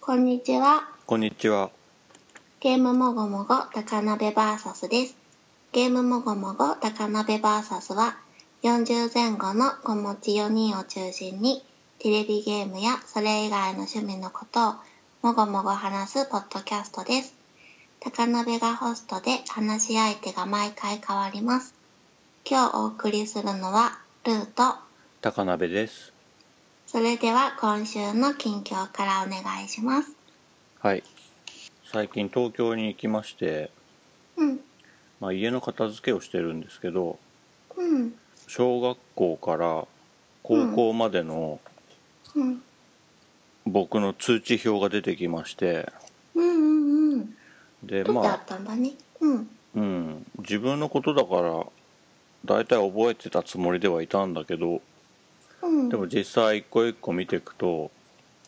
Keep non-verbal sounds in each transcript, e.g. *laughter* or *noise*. こんにちは。こんにちは。ゲームもごもご高鍋バーサスです。ゲームもごもご高鍋バーサスは40前後の子持ち4人を中心にテレビゲームやそれ以外の趣味のことをもごもご話すポッドキャストです。高鍋がホストで話し相手が毎回変わります。今日お送りするのはルート。高鍋です。それでは今週の近況からお願いします。はい。最近東京に行きまして、うん。まあ、家の片付けをしてるんですけど、うん。小学校から高校までのうん。僕の通知表が出てきまして、うんうんうん。取っで、てあまあっ、たんだね。うん。うん、自分のことだから、大体覚えてたつもりではいたんだけど、うん。でも実際一個一個見ていくと、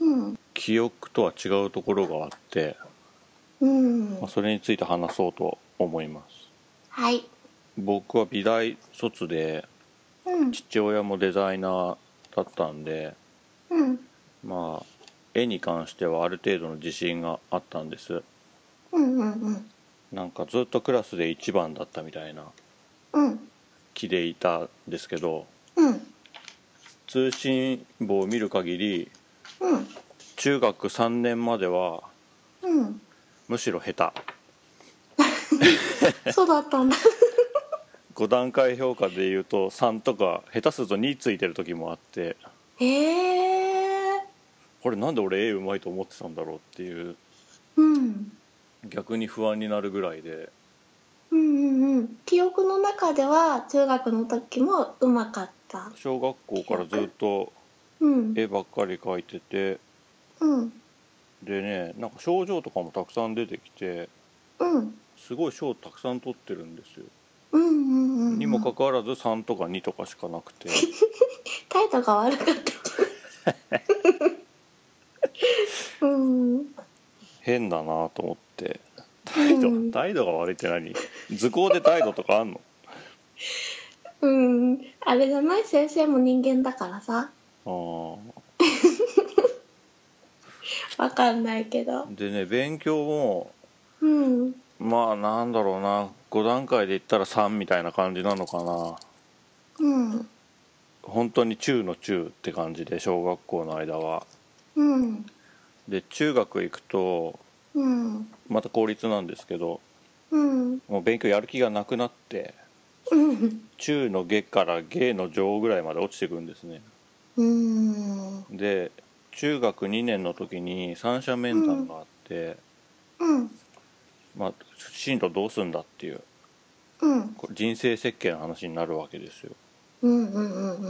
うん。記憶とは違うところがあって、うんまあ、。それについて話そうと思います。はい。僕は美大卒でうん。父親もデザイナーだったんでうん。まあ絵に関してはある程度の自信があったんですうんうんうん。なんかずっとクラスで一番だったみたいなうん。気でいたんですけどうん。通信簿を見る限りうん。中学3年まではうん。むしろ下手そうだったんだ。 *laughs* 5段階評価で言うと3とか下手すると2ついてる時もあってへえ。これなんで俺絵うまいと思ってたんだろうっていううん。逆に不安になるぐらいでうんうんうん。記憶の中では中学の時もうまかった。小学校からずっとうん。絵ばっかり描いててうん。でねなんか症状とかもたくさん出てきてうん。すごい賞たくさん取ってるんですよ、うんうんうん。にもかかわらず3とか2とかしかな *laughs* くて態度が悪かった。 *laughs* うん。変だなと思って態度,、うん態度が悪いって何図工で態度とかあんのうん。あれじゃない先生も人間だからさ。あわかんないけど。ーでね勉強もうん。まあなんだろうな5段階で言ったら3みたいな感じなのかなうん。本当に中の中って感じで小学校の間はうん。で中学行くとうん。また公立なんですけどうん。もう勉強やる気がなくなってうん。中の下から下の上ぐらいまで落ちてくんですねうん。で中学2年の時に三者面談があって、うん。まあ進路どうすんだっていううん。これ人生設計の話になるわけですようん。う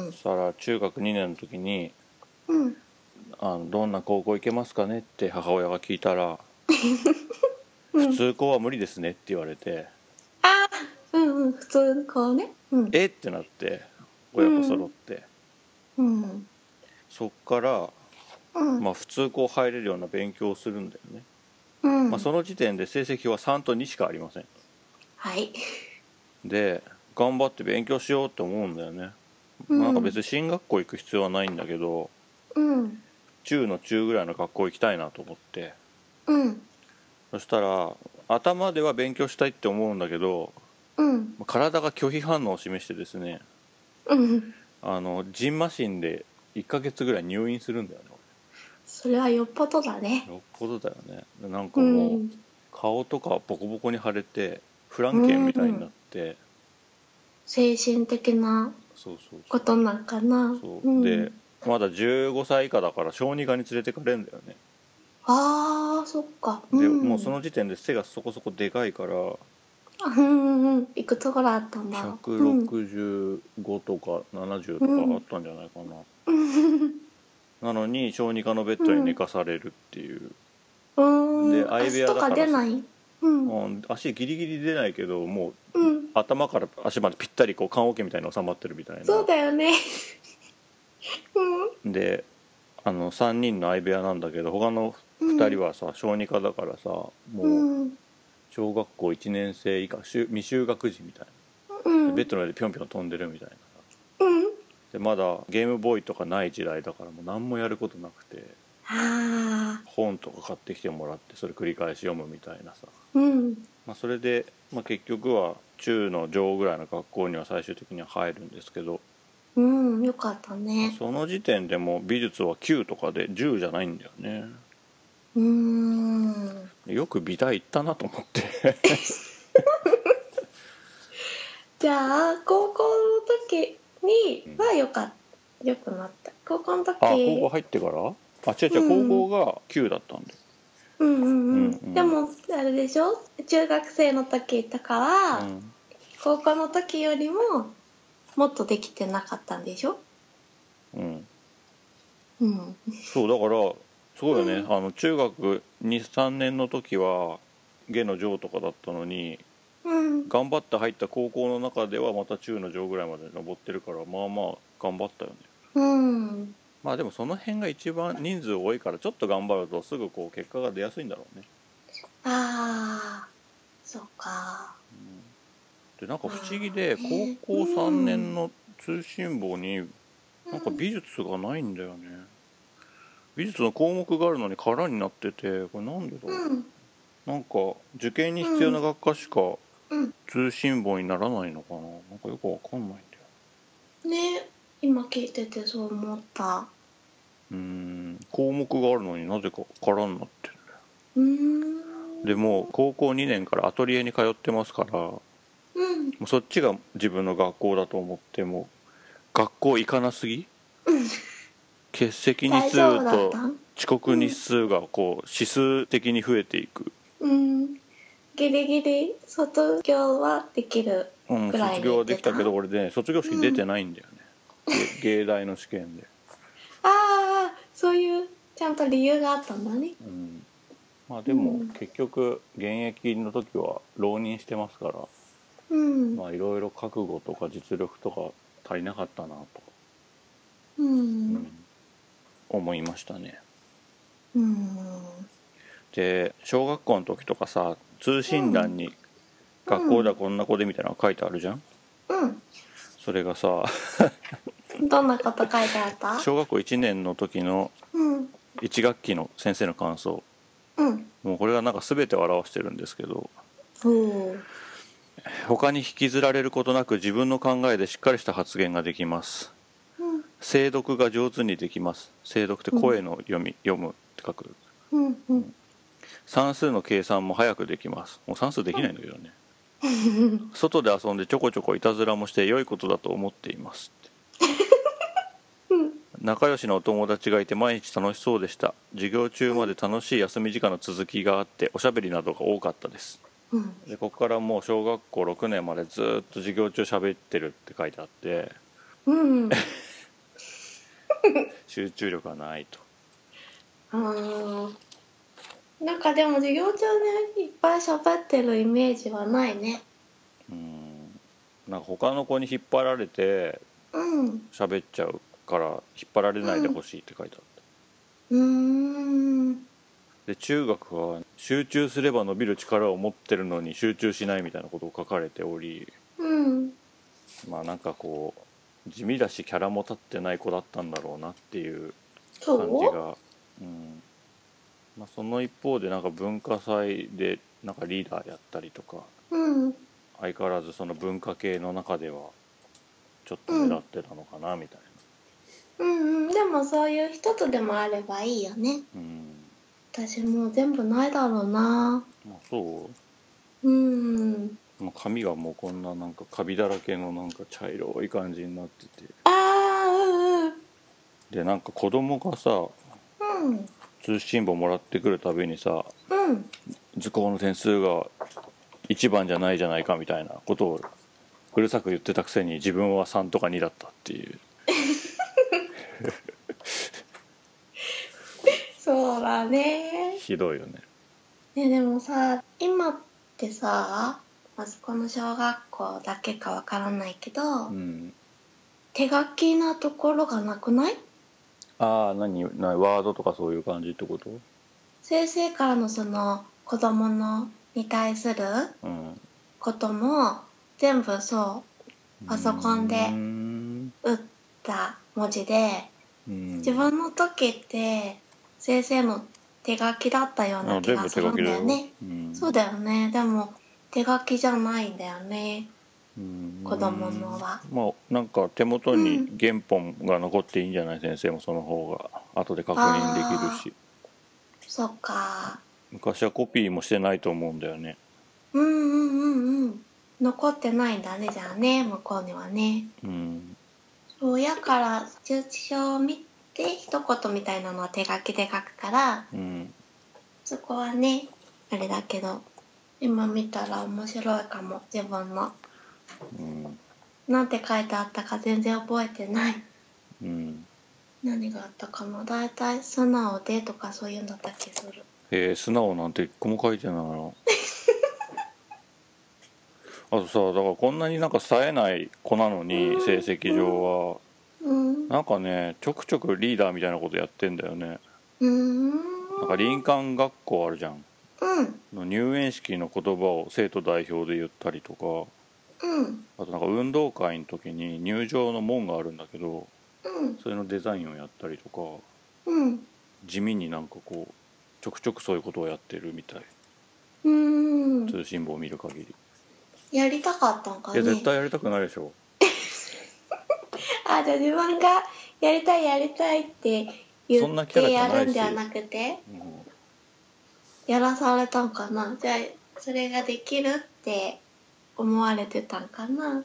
ん。そしたら中学2年の時にうん。あの「どんな高校行けますかね?」って母親が聞いたら「 *laughs* うん普通校は無理ですね」って言われてああ。うん。うん。普通、こうね。うん「えっ?」てなって親子揃って、うん。そっから、うん。まあ、普通校入れるような勉強をするんだよねうん。まあ、その時点で成績は3と2しかありませんはい。で頑張って勉強しようって思うんだよね、うんなんか別に進学校行く必要はないんだけどうん。中の中ぐらいの学校行きたいなと思ってうん。そしたら頭では勉強したいって思うんだけどうん。体が拒否反応を示してですねうん。あのジンマシンで1ヶ月ぐらい入院するんだよねそれはよっぽどだね。俺よっぽどだよねでなんかう。もうん顔とかボコボコに腫れてフランケンみたいになって、精神的なそうそうそこうとなんかな。そう、んで。まだ15歳以下だから小児科に連れてかれるんだよねああ、そっか。で、んもうその。時点で背がそこそこでかいからうん。うん。いくつぐらいあったんだろう。うん。 165とか70とかあったんじゃないかな、なのに小児科のベッドに寝かされるっていう、うん。で相部屋だから足とか出ない。うん。うん足ギリギリ出ないけどもううん。頭から足までぴったりこう棺桶みたいに収まってるみたいなそうだよね。 *laughs* であの3人の相部屋なんだけど他のうん。 2人はさ小児科だからさもう。うん小学校1年生以下しゅ未就学児みたいな。うん。ベッドの上でぴょんぴょん飛んでるみたいなうん。でまだゲームボーイとかない時代だからもう何もやることなくてああ本とか買ってきてもらってそれ繰り返し読むみたいなさ、うんまあ、それで、まあ、結局は中の上ぐらいの学校には最終的には入るんですけどうんよかったねその時点でもう美術は9とかで10じゃないんだよねうーんよく美大行ったなと思ってじゃあ高校の時にはよかったよくなった高校の時あ高校入ってからあ違う違う高校が9だったんだようんうんうん、うんうんでもあれでしょ中学生の時だから、うん高校の時よりももっとできてなかったんでしょうん、うんそうだからすごいよね、うんあの中学23年の時は下の上とかだったのにうん頑張って入った高校の中ではまた中の上ぐらいまで登ってるからまあまあ頑張ったよねうんまあでもその辺が一番人数多いからちょっと頑張るとすぐこう結果が出やすいんだろうね、ああそうかでなんか不思議であー高校うん3年の通信簿になんか美術がないんだよね美術の項目があるのに空になっててこれなんでだろうう、んなんか受験に必要な学科しかうん通信簿にならないのかななんかよくわかんないんだよね今聞いててそう思ったうーん項目があるのになぜか空になってるねうーんでもう高校2年からアトリエに通ってますからもうんうそっちが自分の学校だと思ってもう学校行かなすぎ欠席日大数丈夫だっとた遅刻日数がこう指数的に増えていく、うんギリギリ卒業はできるうん、ぐらい卒業はできたけ出ど俺ね卒業式出てないんだよね、げ芸大の試験で、ああそういうちゃんと理由があったんだねうん、まあでもうん結局現役の時は浪人してますからうん、まあいろいろ覚悟とか実力とか足りなかったなと、ううんん思いましたねうんで小学校の時とかさ通信欄に「学校ではこんな子で」みたいなの書いてあるじゃんうそれがさんどんなこと書いてあった小学校1年の時のうん1学期の先生の感想うんもうこれがなんか全てを表してるんですけどおおー他に引きずられることなく自分の考えでしっかりした発言ができますうん精読が上手にできます精読って声の読み、読むって書くうんうん算数の計算も早くできますもう算数できないんだけどね、外で遊んでちょこちょこいたずらもして良いことだと思っていますって仲良しのお友達がいて毎日楽しそうでした授業中まで楽しい休み時間の続きがあっておしゃべりなどが多かったですうんでここからもう小学校6年までずーっと授業中喋ってるって書いてあってうん集中力がないとあーなんかでも授業中ねいっぱい喋ってるイメージはないねうんなんか他の子に引っ張られてうん喋っちゃうから引っ張られないでほしいって書いてあった、うーんで中学は集中すれば伸びる力を持ってるのに集中しないみたいなことを書かれておりうんまあなんかこう地味だしキャラも立ってない子だったんだろうなっていうそう感じが、うんまあ、その一方でなんか文化祭でなんかリーダーやったりとかうん相変わらずその文化系の中ではちょっと目立ってたのかなみたいうんうんでもそういう一つでもあればいいよねな、うん私もう全部ないだろうなまあ、そううんまあ髪がもうこんななんかカビだらけのなんか茶色い感じになっててああうんでなんか子供がさうんうん通信簿もらってくるたびにさうん図工の点数が1番じゃないじゃないかみたいなことをうるさく言ってたくせに自分は3とか2だったっていうそうだねひどいよねねでもさ今ってさあそこの小学校だけかわからないけど、うん手書きなところがなくないああ何なワードとかそういう感じってこと先生からのその子供のに対するうんことも全部そパソコンでうんう打った文字でうん自分の時って先生も手書きだったようあな気全が部す手る書んきだだよよ、ねうん、そうだよねでも手書きじゃないんだよねうん子供のはまあなんか手元うに原本が残っていいんじゃない、先生もその方が後で確認できるしそっか昔はコピーもしてないと思うんだよねうんうんうんうん残ってないんだねじゃあね向こうにはねうん親から通知書を見て一言みたいなのは手書きで書くからうんそこはねあれだけど今見たら面白いかも自分のうんなんて書いてあったか全然覚えてないうん何があったかなだいたい素直でとかそういうんだった気するえー、素直なんて一個も書いてないなあとさだからこんなになんか冴えない子なのに成績上はうんうなんかねちょくちょくリーダーみたいなことやってんだよねーんなんか林間学校あるじゃんうんの入園式の言葉を生徒代表で言ったりとかうんあとなんか運動会の時に入場の門があるんだけどうんそれのデザインをやったりとかうん地味になんかこうちょくちょくそういうことをやってるみたいうーん通信簿を見る限りやりたかったんかねいや絶対やりたくないでしょあじゃあ自分がやりたいやりたいってそ言んっなキャラてじゃやないしるんではなくてうんやらされたんかなじゃあそれができるって思われてたんかなうんで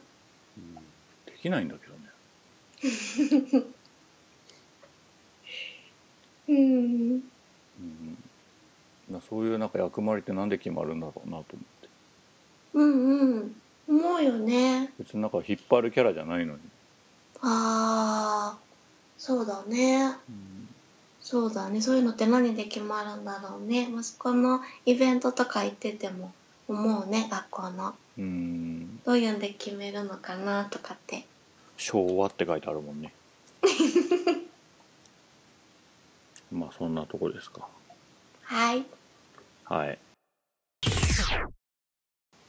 きないんだけどねうんうんなそういうなんか役回りってなんで決まるんだろうなと思ってうんうん思うよね別になんか引っ張るキャラじゃないのに、あーそうだねうんそうだねそういうのって何で決まるんだろうね息子のイベントとか行ってても思うね学校のうんどういうんで決めるのかなとかって昭和って書いてあるもんね *laughs* まあそんなとこですかはいはい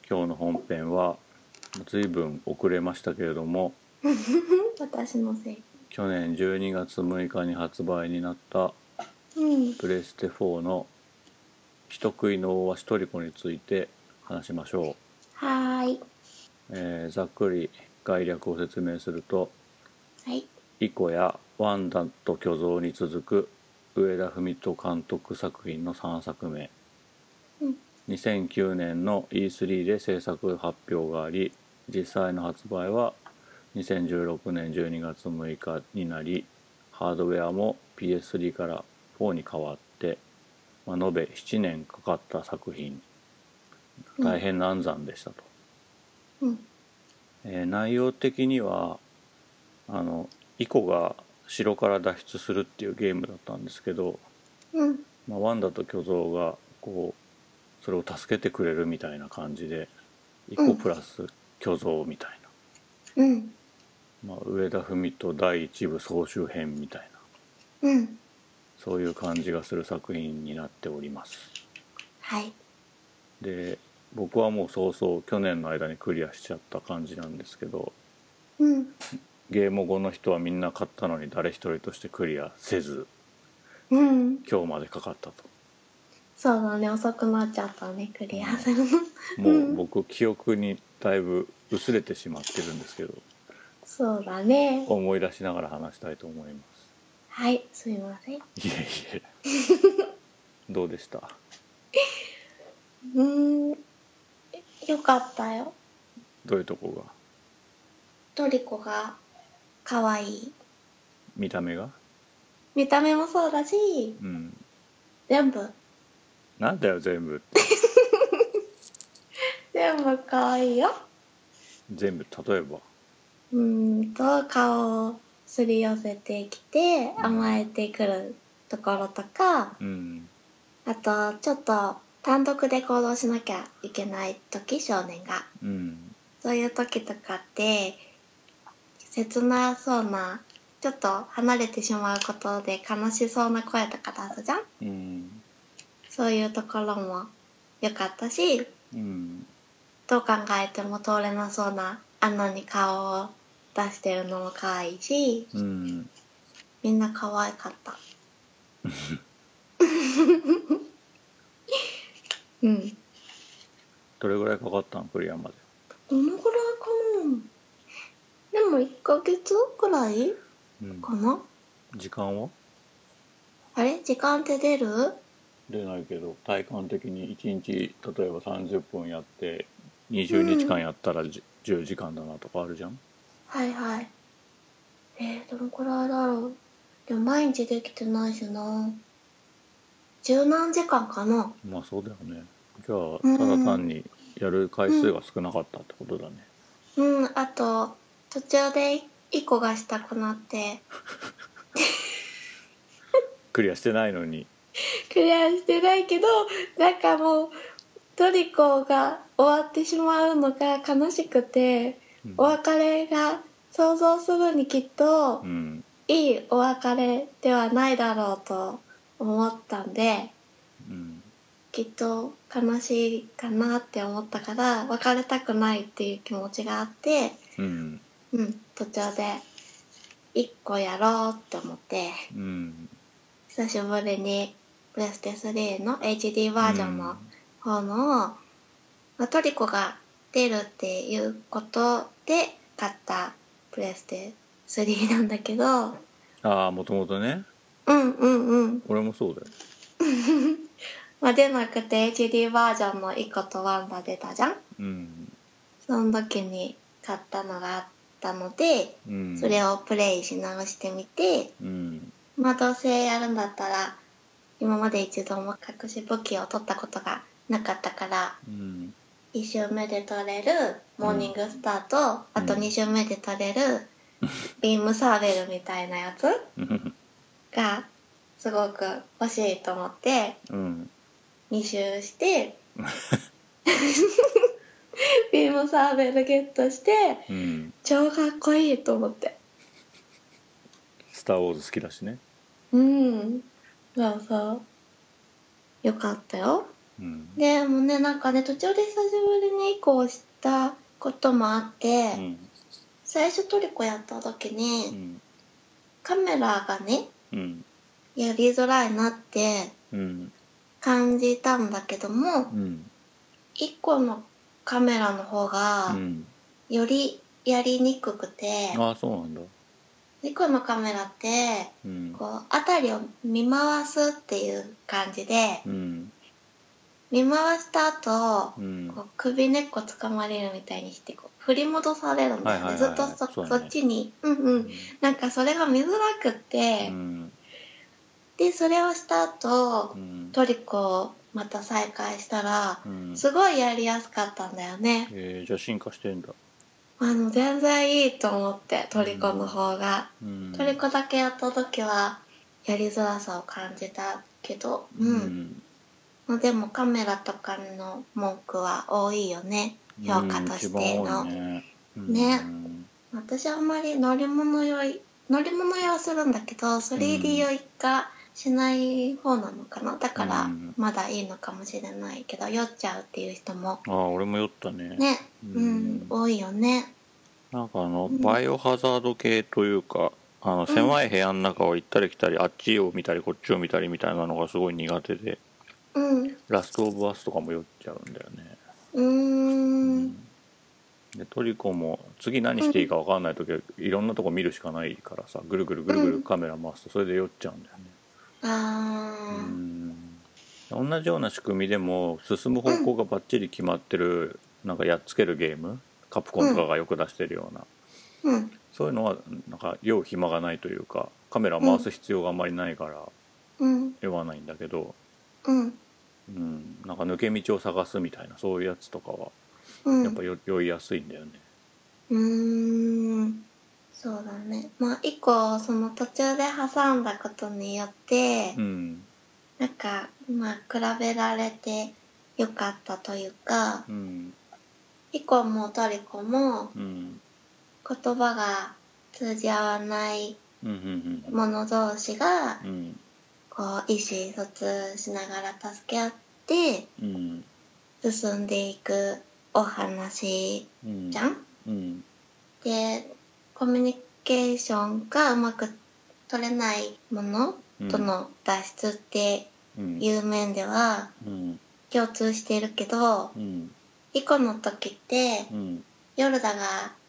今日の本編は随分遅れましたけれども私のせい去年12月6日に発売になったうんプレステ4の「人食いの大足トリコ」について話しましょうはーいえーざっくり概略を説明するとはいイコやワンダと巨像に続く上田文人監督作品の3作目、うん2009年の E3 で制作発表があり実際の発売は2016年12月6日になりハードウェアも PS3 から4に変わって、まあ、延べ7年かかった作品うん大変難産でしたと、うんえー内容的にはあのイコが城から脱出するっていうゲームだったんですけど、うんまあ、ワンダと巨像がこうそれを助けてくれるみたいな感じでイうコんプラス巨像みたいうんな、まあ、上田文人第一部総集編みたいなうんそういう感じがする作品になっておりますはいで僕はもう早々去年の間にクリアしちゃった感じなんですけどうんゲーム後の人はみんな買ったのに誰一人としてクリアせずうん今日までかかったとそうだね遅くなっちゃったねクリアするのもううん僕記憶にだいぶ薄れてしまってるんですけどそうだね思い出しながら話したいと思いまはいすいませんうすいえ *laughs* いえどうでしたーんよかったよどういうとこがトリコが可愛い見た目が見た目もそうだしうん全部なんだよ全部って全部可愛いよ全部例えばうーんと顔をすり寄せてきて甘えてくるところとかうんあとちょっと単独で行動しなきゃいけない時少年がうんそういう時とかって切なそうなちょっと離れてしまうことで悲しそうな声とか出すじゃんうんそういうところも良かったしうんどう考えても通れなそうな穴に顔を出してるのも可愛いしうんみんな可愛かったうん。どれぐらいかかったのクリアまでどのぐらいかなでも1ヶ月くらいうんかな時間はあれ時間って出る出ないけど体感的に1日例えば30分やって20日間やったらじゅ 10,、時間だなとかあるじゃんはいはい。えー、どのくらいだろう。でも毎日できてないしな。十何時間かな。まあそうだよねじゃうあんただ単にやる回数が少なかったってことだね、うん、あと、途中で一個がしたくなって、クリアしてないのにクリアしてないけど、なんかもう、トリコが終わってしまうのが悲しくて、うんお別れが想像するにきっとう、んいいお別れではないだろうと思ったんで、うんきっと悲しいかなって思ったから別れたくないっていう気持ちがあって、うんうん、途中で1個やろうって思ってうん久しぶりにプレステ3の HD バージョンの方のを、まあトリコが出るっていうことで買ったプレステ3なんだけどああもともとねうんうんうん俺もそうだよまあ出なくて HD バージョンの1個と1が出たじゃんうんその時に買ったのがあったので、うんそれをプレイし直してみて、うんまあどうせやるんだったら、今まで一度も隠し武器を取ったことがなかったから、うん *laughs* 1周目で取れるモーニングスターと、あと2周目で取れるビームサーベルみたいなやつうんがすごく欲しいと思って、うん2周 *laughs* して、ビームサーベルゲットして、うん超かっこいいと思ってスター・ウォーズ好きだしねうんそうそうよかったようんでもねなんかね途中で久しぶりに移行したこともあって、うん最初トリコやった時に、うんカメラがねうんやりづらいなってうん感じたんだけどもうん1個のカメラの方うがんよりやりにくくて、ああそうなんだ一個のカメラってうんこう辺りを見回すっていう感じでうん見回した後、うんこう首根っこ掴まれるみたいにしてこう振り戻されるんですよはいねはいずはっいとそそうだそねっちにうんうんなんかそれが見づらくって、うんでそれをした後うんトリコをまた再開したらうんすごいやりやすかったんだよねえーじゃあ進化してんだあの全然いいと思ってトリコの方が、うんトリコだけやった時はやりづらさを感じたけどううんんまあでもカメラとかの文句は多いよね評価としての、うん一番多いねうんね私あんまり乗り物酔い乗り物酔いはするんだけど 3D 酔いがしない方なのかなだかうらんまだいいのかもしれないけど酔っちゃうっていう人もああ俺も酔ったねねうんうん多いよねなんかあのんバイオハザード系というかあの狭い部屋の中を行ったり来たりあっちを見たりこっちを見たりみたいなのがすごい苦手でうんラストオブアスとかも酔っちゃうんだよねうーんでトリコも次何していいか分かんない時はいろんなとこ見るしかないからさぐるぐるぐるぐうるんカメラ回すとそれで酔っちゃうんだよねあーうん同じような仕組みでも進む方向がバッチリ決まってる、なんかやっつけるゲームカプコンとかがよく出してるような、うんそういうのはなんか酔う暇がないというかカメラ回す必要があんまりないからうん酔わないんだけど、うんうん、なんか抜け道を探すみたいなそういうやつとかはうんやっぱ酔酔いやすいんだよね。うーんそうだねまあ一個その途中で挟んだことによって、うんなんかまあ比べられてよかったというかうん以降もトリコもうん言葉が通じ合わないうんうんうん者同士がうんこう意思疎通しながら助け合ってうん進んでいくお話うんじゃんうんでコミュニケーションがうまく取れないものとの脱出ってうんいう面ではうん共通してるけどうんイコの時ってうんヨルダが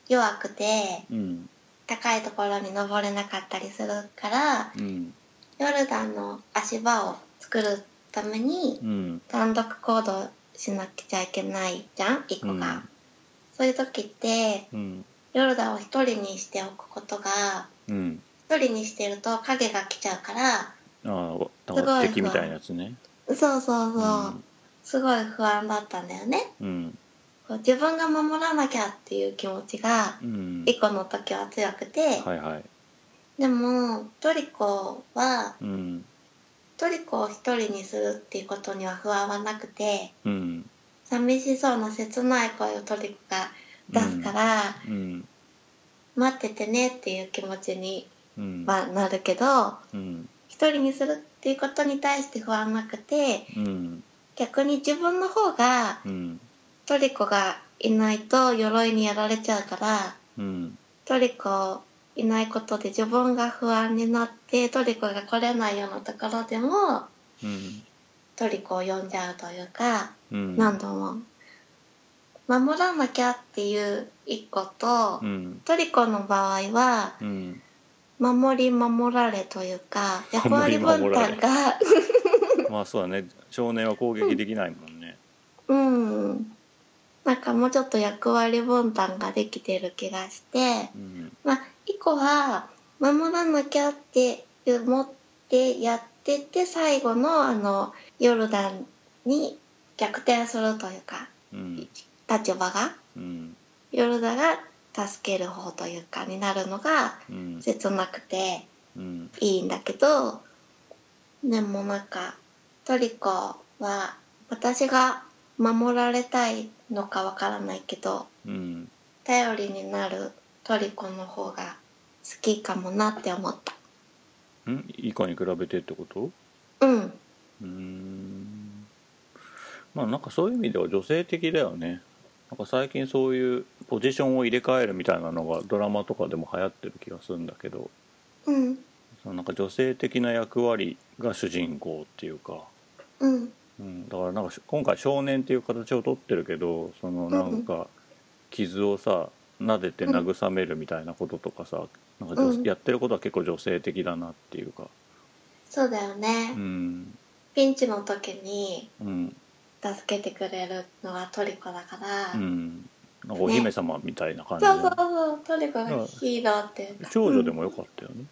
弱くてうん高いところに登れなかったりするからうんヨルダの足場を作るためにうん単独行動しなくちゃいけないじゃんイコが、うんそういう時ってうんヨルダを一人にしておくことがうん一人にしてると影が来ちゃうからああすごい敵みたいなやつねそうそうそう、うんすごい不安だったんだよねうんこう自分が守らなきゃっていう気持ちがうんイコの時は強くて、はいはいでもトリコはうんトリコを一人にするっていうことには不安はなくてうん寂しそうな切ない声をトリコが出すから、うん待っててねっていう気持ちにうんはなるけどうん一人にするっていうことに対して不安なくてうん逆に自分の方がうんトリコがいないと鎧にやられちゃうからうんトリコいないことで自分が不安になってトリコが来れないようなところでもうんトリコを呼んじゃうというかうん何度も守らなきゃっていう一個とうんトリコの場合はうん守り守られというか役守り割分守られ担がまあそうだね少年は攻撃できないもんねうんなんかもうちょっと役割分担ができてる気がしてうんまあ一個は守らなきゃって思ってやってて最後のあのヨルダンに逆転するというかうん立場がうんヨルダが助ける方というかになるのがうん切なくてうんいいんだけどでもなんかトリコは私が守られたいのかわからないけどうん頼りになるトリコの方が好きかもなって思ったん以下に比べてってことうんうーんまあなんかそういう意味では女性的だよねなんか最近そういうポジションを入れ替えるみたいなのがドラマとかでも流行ってる気がするんだけどうんそのなんか女性的な役割が主人公っていうか、うんうん、だからなんかし今回少年っていう形をとってるけどそのなんか傷をさ撫でて慰めるみたいなこととかさなんか女うんやってることは結構女性的だなっていうかそうだよね、うんピンチの時にうん助けてくれるのはトリコだから、うんなんかお姫様みたいな感じだそうよねそうそうトリコがヒーローっていうか少女でうんもよかったよね。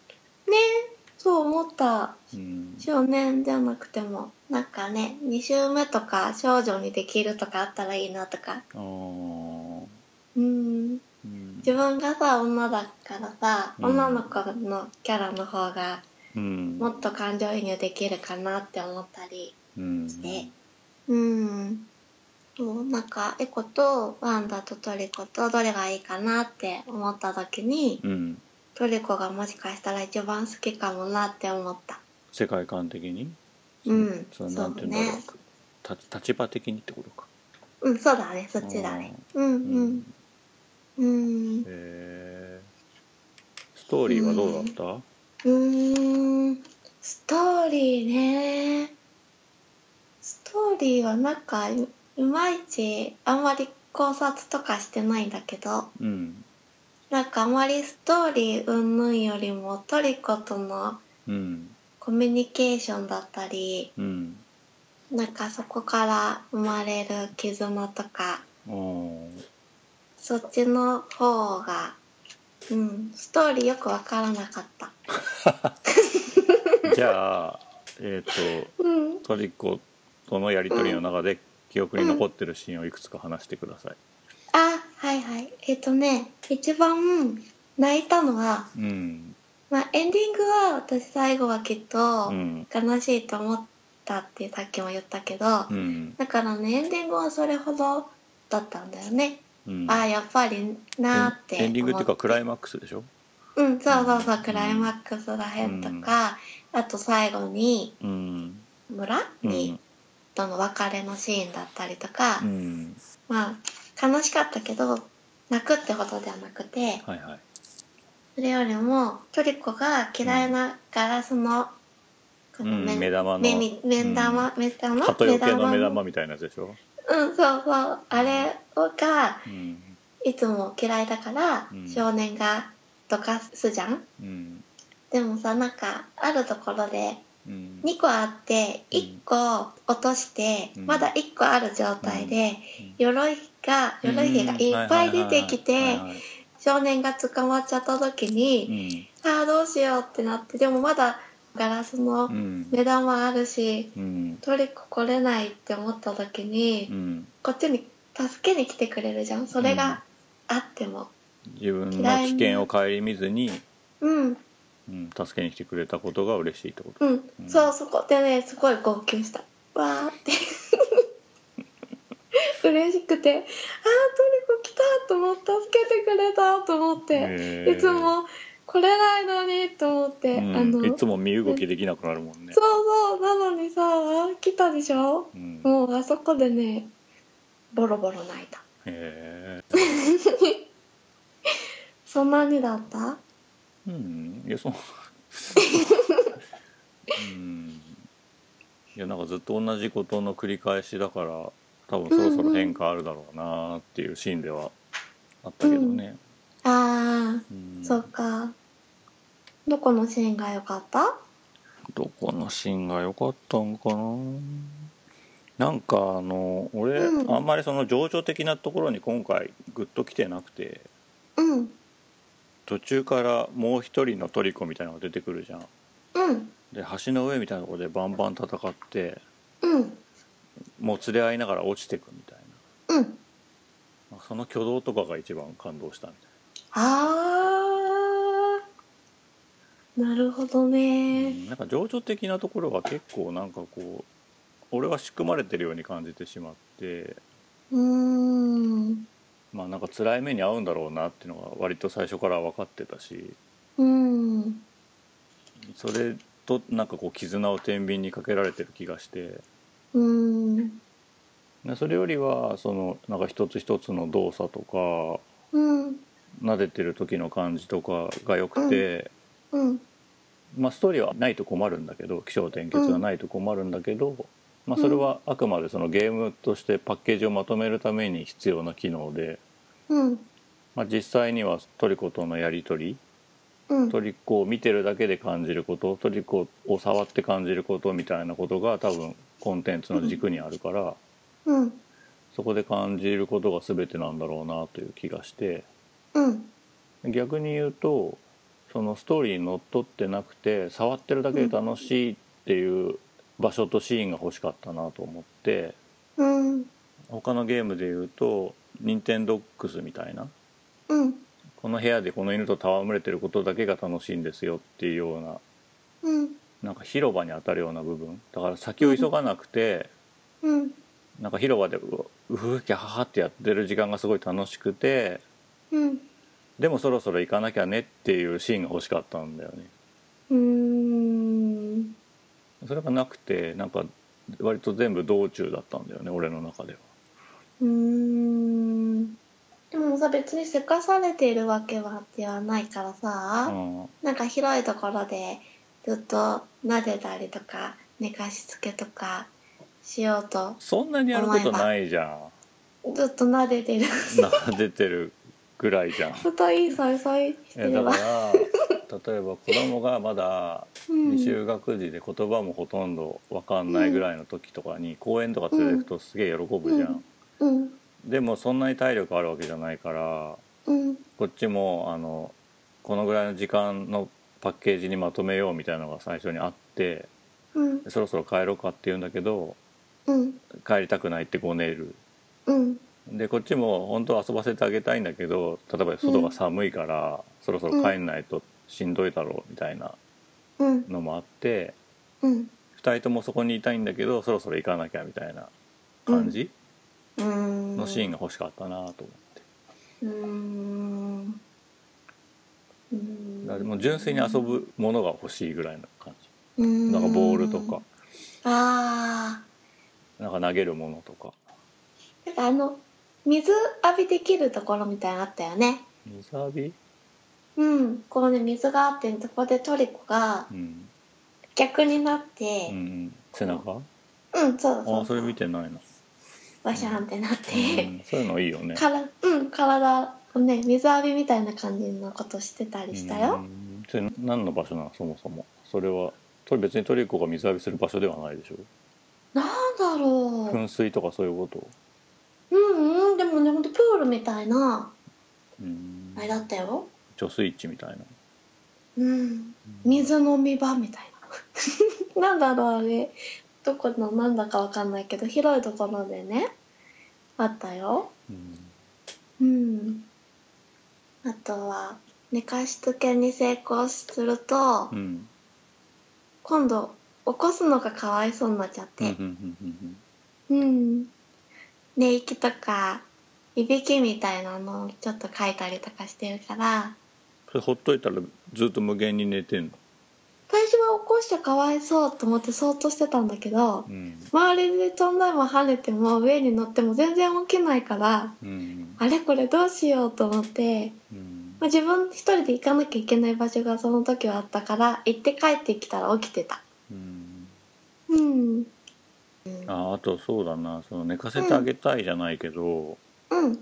そう思ったうん。少年じゃなくてもなんかね2週目とか少女にできるとかあったらいいなとかああ。うんうん自分がさ女だからさ、うん女の子のキャラの方がうん。もっと感情移入できるかなって思ったりうん。してうんそうなんかエコとワンダとトリコとどれがいいかなって思った時にうん。トリコがもしかしたら一番好きかもなって思った世界観的に。うんそのなんていうんだろう。た立場的にってことか。うんそうだねそっちだねうんうん。うんへえ。ストーリーはどうだった？うーんストーリーねストーリーはなんかいいまいちあんまり考察とかしてないんだけどうん。なんかあまりストーリー云々よりもトリコとのうん。コミュニケーションだったりうん。なんかそこから生まれる絆とかああ。そっちの方がうんストーリーよくわからなかったじゃあ、えっ、とうんトリコとのやりとりの中で記憶に残ってるシーンをいくつか話してください。あはいはいえっ、とね一番泣いたのは、うん。まあ、エンディングは私最後はきっとうん。悲しいと思ったってさっきも言ったけど、うん。だからねエンディングはそれほどだったんだよね、うん。ああやっぱりなーってエンエンディングっていうかクライマッマックスでしょクスうんそうそうそううんクライマックスらへんとか、あと最後にうん村に、との別れのシーンだったりとか、うん、まあ悲しかったけど泣くってことではなくてはいはいそれよりもトリコが嫌いなガラスのこのうん目玉の目み目玉、目玉鳩よけの目の玉みたいなやつでしょ、うんそうそうあれをがうんいつも嫌いだから、うん少年がどかすじゃんうんでもさなんかあるところでうん2個あってうん1個落として、うんまだ1個ある状態で、うん鎧が鎧兵がいっぱい出てきうてんはいはいはい少年が捕まっちゃった時うに、んああどうしようってなってでもまだガラスのうん目玉あるし、うん取りここれないって思った時に、うんこっちに助けに来てくれるじゃんそれがあっても。自分の危険を顧みずに、うんうん、助けに来てくれたことが嬉しいってことうん、うんそうそこでねすごい号泣したわーって *laughs* 嬉しくて「あートリコ来た!」と思って助けてくれたと思って、へーいつも来れないのにと思って、うんあのいつも身動きできなくなるもんねそうそうなのにさ来たでしょうんへもうあそこでねボロボロ泣いたえそんなにだったうんいやそううんいやなんかずっと同じことの繰り返しだから多分そろそろ変化あるだろうなっていうシーンではあったけどね、あー、うんそっかどこのシーンが良かったどこのシーンが良かったんかななんかあの俺、うんあんまりその情緒的なところに今回グッと来てなくてうん途中からもう一人のトリコみたいなのが出てくるじゃんうんで橋の上みたいなところでバンバン戦ってうんもう連れ合いながら落ちてくみたいうんなその挙動とかが一番感動したみあーなるほどたいな、ねうんなんか情緒的なところは結構なんかこう俺は仕組まれてるように感じてしまってうーんまあなんか辛い目に遭うんだろうなっていうのが割と最初から分かってたしうんそれとなんかこう絆を天秤にかけられてる気がしてうんでそれよりはそのなんか一つ一つの動作とかうん撫でてる時の感じとかが良くて、うんまあ、ストーリーはないと困るんだけど気象転結がないと困るんだけど、まあ、それはあくまでそのゲームとしてパッケージをまとめるために必要な機能で、うんまあ、実際にはトリコとのやり取りうんトリコを見てるだけで感じることトリコを触って感じることみたいなことが多分コンテンツの軸にあるから、うんそこで感じることが全てなんだろうなという気がしてうん逆に言うとそのストーリーにのっとってなくて触ってるだけで楽しいっていう場所とシーンが欲しかったなと思ってうん他のゲームで言うと任天堂 X みたいなうんこの部屋でこの犬と戯れてることだけが楽しいんですよっていうようなうんなんか広場に当たるような部分だから先を急がなくて、うんなんか広場でううふきゃははってやってる時間がすごい楽しくてうんでもそろそろ行かなきゃねっていうシーンが欲しかったんだよねうーんそれがなくてなんか割と全部道中だったんだよね俺の中ではうーんでもさ別にせかされているわけはではないからさ、うんなんか広いところでずっと撫でたりとか寝かしつけとかしようとそんなにやることないじゃずっと撫でてる *laughs* ん撫でてるぐらいじゃんずっといいそいそいしてえれだかばら例えば子供がまだうん未就学児で言葉もほとんど分かんないぐらいの時とかに公園とか連れてくとすげえ喜ぶじゃん、うんでもそんなに体力あるわけじゃないからうんこっちもあのこのぐらいの時間のパッケージにまとめようみたいなのが最初にあってうんそろそろ帰ろうかって言うんだけどうん帰りたくないってごねるうんでこっちも本当は遊ばせてあげたいんだけど例えば外が寒いから、そろそろ帰んないとしんどいだろうみたいなうんのもあってうん2人ともそこにいたいんだけどそろそろ行かなきゃみたいな感じうんのシーンが欲しかったなと思って、うーんうんだからもう純粋に遊ぶものが欲しいぐらいの感じうんなんかボールとかああなんか投げるものとかなんかあの水浴びできるところみたいなのあったよね水浴びうん、こうね水があってそこでトリコがうん逆になって、うん、背中うん、そうそあう。それ見てないな、バシャーンってなっうて、んそういうのいいよねからうん、体をね、水浴びみたいな感じのことしてたりしたうよ。んそれ何の場所なのそもそもそれはと別にトリコが水浴びする場所ではないでしょなんだろ噴水とかそういうことう。うん、うん、でもね、ほんとプールみたいな、うんあれだったよ。貯水池みたいなうん、水飲み場みたいな。なん *laughs* だろう、あれ。どこのなんだかわかんないけど、広いところでね、あったよ。うんうん。あとは、寝かしつけに成功すると、うん今度、起こすのがかわいそうになっちゃっうんうんて。うんうんうん。寝息とか、いびきみたいなのをちょっと書いたりとかしてるから、それほっといたらずっと無限に寝てんの、最初は起こしちゃかわいそうと思ってそーっとしてたんだけどう、ん周りで飛んだりも跳ねても上に乗っても全然起きないから、うんあれこれどうしようと思って、うんまあ、自分一人で行かなきゃいけない場所がその時はあったから、行って帰ってきたら起きてた。うんうん。ああとそうだなその寝かせてあげたいじゃないけど、うん。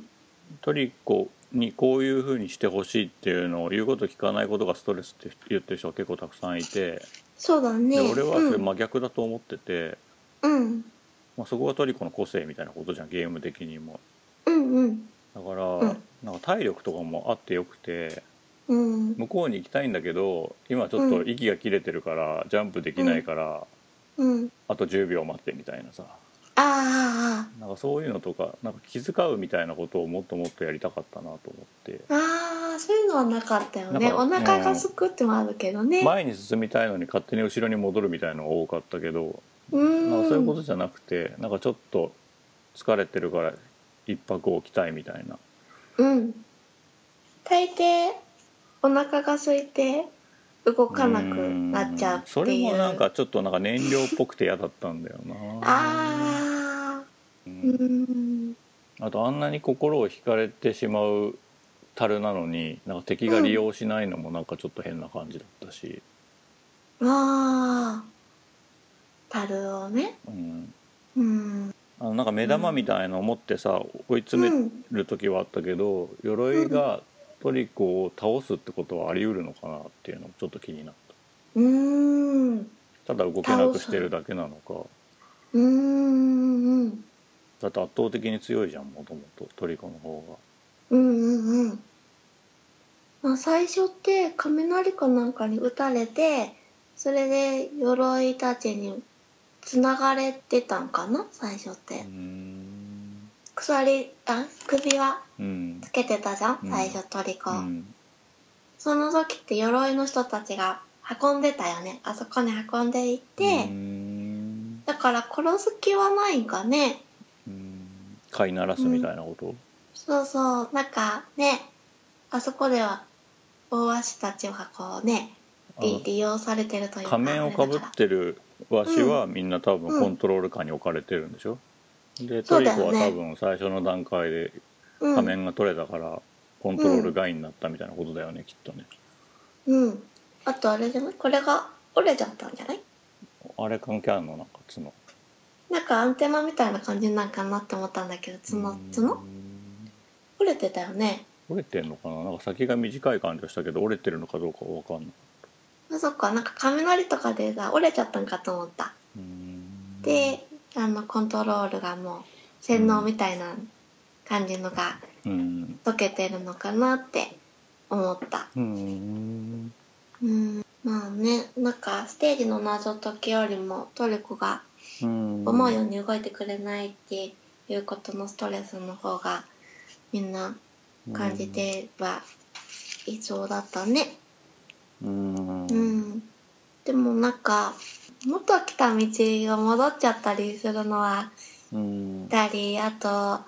トリコにこういうふうにしてほしいっていうのを言うこと聞かないことがストレスって言ってる人が結構たくさんいて、そうだね。で俺はそれうん真逆だと思ってて、うん。まあ、そこがトリコの個性みたいなことじゃんゲーム的にもうんうん。だから、んなんか体力とかもあってよくてうん。向こうに行きたいんだけど今ちょっと息が切れてるから、ジャンプできないから、うん。あと10秒待ってみたいなさあなんかそういうのとかなんか気遣うみたいなことをもっともっとやりたかったなと思ってあああああそういうのはなかったよねなおんか腹がすくってもあるけどね、前に進みたいのに勝手に後ろに戻るみたいのが多かったけど、うなんんかそういうことじゃなくてなんかちょっと疲れてるから一泊置きたいみたいなうん大抵お腹が空いて動かなくなっちゃうっていうそれもなんかちょっとなんか燃料っぽくて嫌だったんだよなああううんんあとあんなに心を惹かれてしまう樽なのになんか敵が利用しないのもなんかちょっと変な感じだったし、ああ樽をねうん、うんあのなんか目玉みたいなの持ってさ追い詰める時はあったけど、鎧がトリコを倒すってことはあり得るのかなっていうのもちょっと気になっうんうんたただ動けなくしてるだけなのかうんうんだって圧倒的に強いじゃんもともとトリコの方が。うんうんうん、まあ、最初って雷かなんかに打たれてそれで鎧たちに繋がれてたんかな最初っうてーん鎖あ首輪うんつけてたじゃんうん最初トリコ、うんその時って鎧の人たちが運んでたよねあそこに運んでいって、うーんだから殺す気はないんかねうーん飼いならすみたいなこと、そうそうなんかねあそこでは大鷲たちがこうねあの利利用されてるという仮面をかぶってるわしはみんな多う分んコントロール下に置かれてるんでしょでそトうリだよねコは多分最初の段階で仮面が取れたからコントロール外になったみたいなことだよねきっとねうん、うん、あとあれじゃないこれが折れちゃったんじゃないあれ関係あるのなんか角なんかアンテナみたいな感じなんかなって思ったんだけど角うー角ん折れてたよね折れてんのかななんか先が短い感じがしたけど折れてるのかどうかわかんないあそっかなんか雷とかでさ折れちゃったんかと思ったうーんであのコントロールがもう洗脳みたいな感じのがうん溶けてるのかなって思ったうーんうんまあねなんかステージの謎解きよりもトリコがうん思うように動いてくれないっていうことのストレスの方がみんな感じてはいそうだったねうんうん、でもなんか元来た道が戻っちゃったりするのはうんたりあと、ま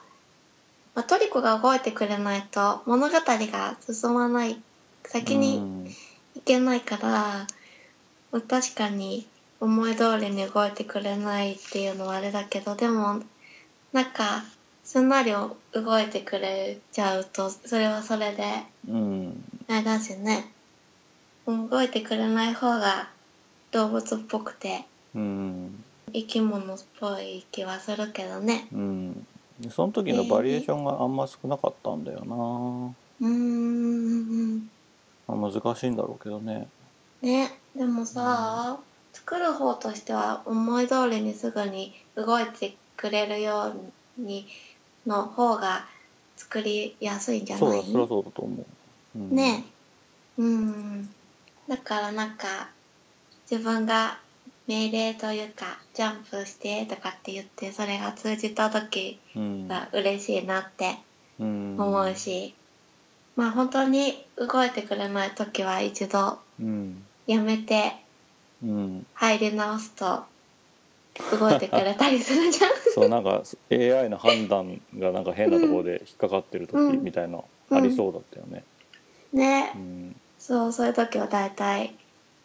あ、トリコが動いてくれないと物語が進まない先にいけないから、まあ確かに思い通りに動いてくれないっていうのはあれだけどでもなんかすんなり動いてくれちゃうとそれはそれでうんあれだしね動いてくれない方が動物っぽくてうん生き物っぽい気はするけどねうんでその時のバリエーションがあんま少なかったんだよな、うーんまあ、難しいんだろうけどねねでもさ作る方としては思い通りにすぐに動いてくれるようにの方が作りやすいんじゃそうなだいそりゃそうだと思う、うんねえうんだからなんか自分が命令というかジャンプしてとかって言ってそれが通じた時うんが嬉しいなってうん思うし、まあ本当に動いてくれない時は一度うんやめてうん入り直すと動いてくれたりするじゃんそうなんか AI の判断がなんか変なところで引っかかってる時みたいなありそうだったよね、 *laughs* ねう、んそうそういう時は大体、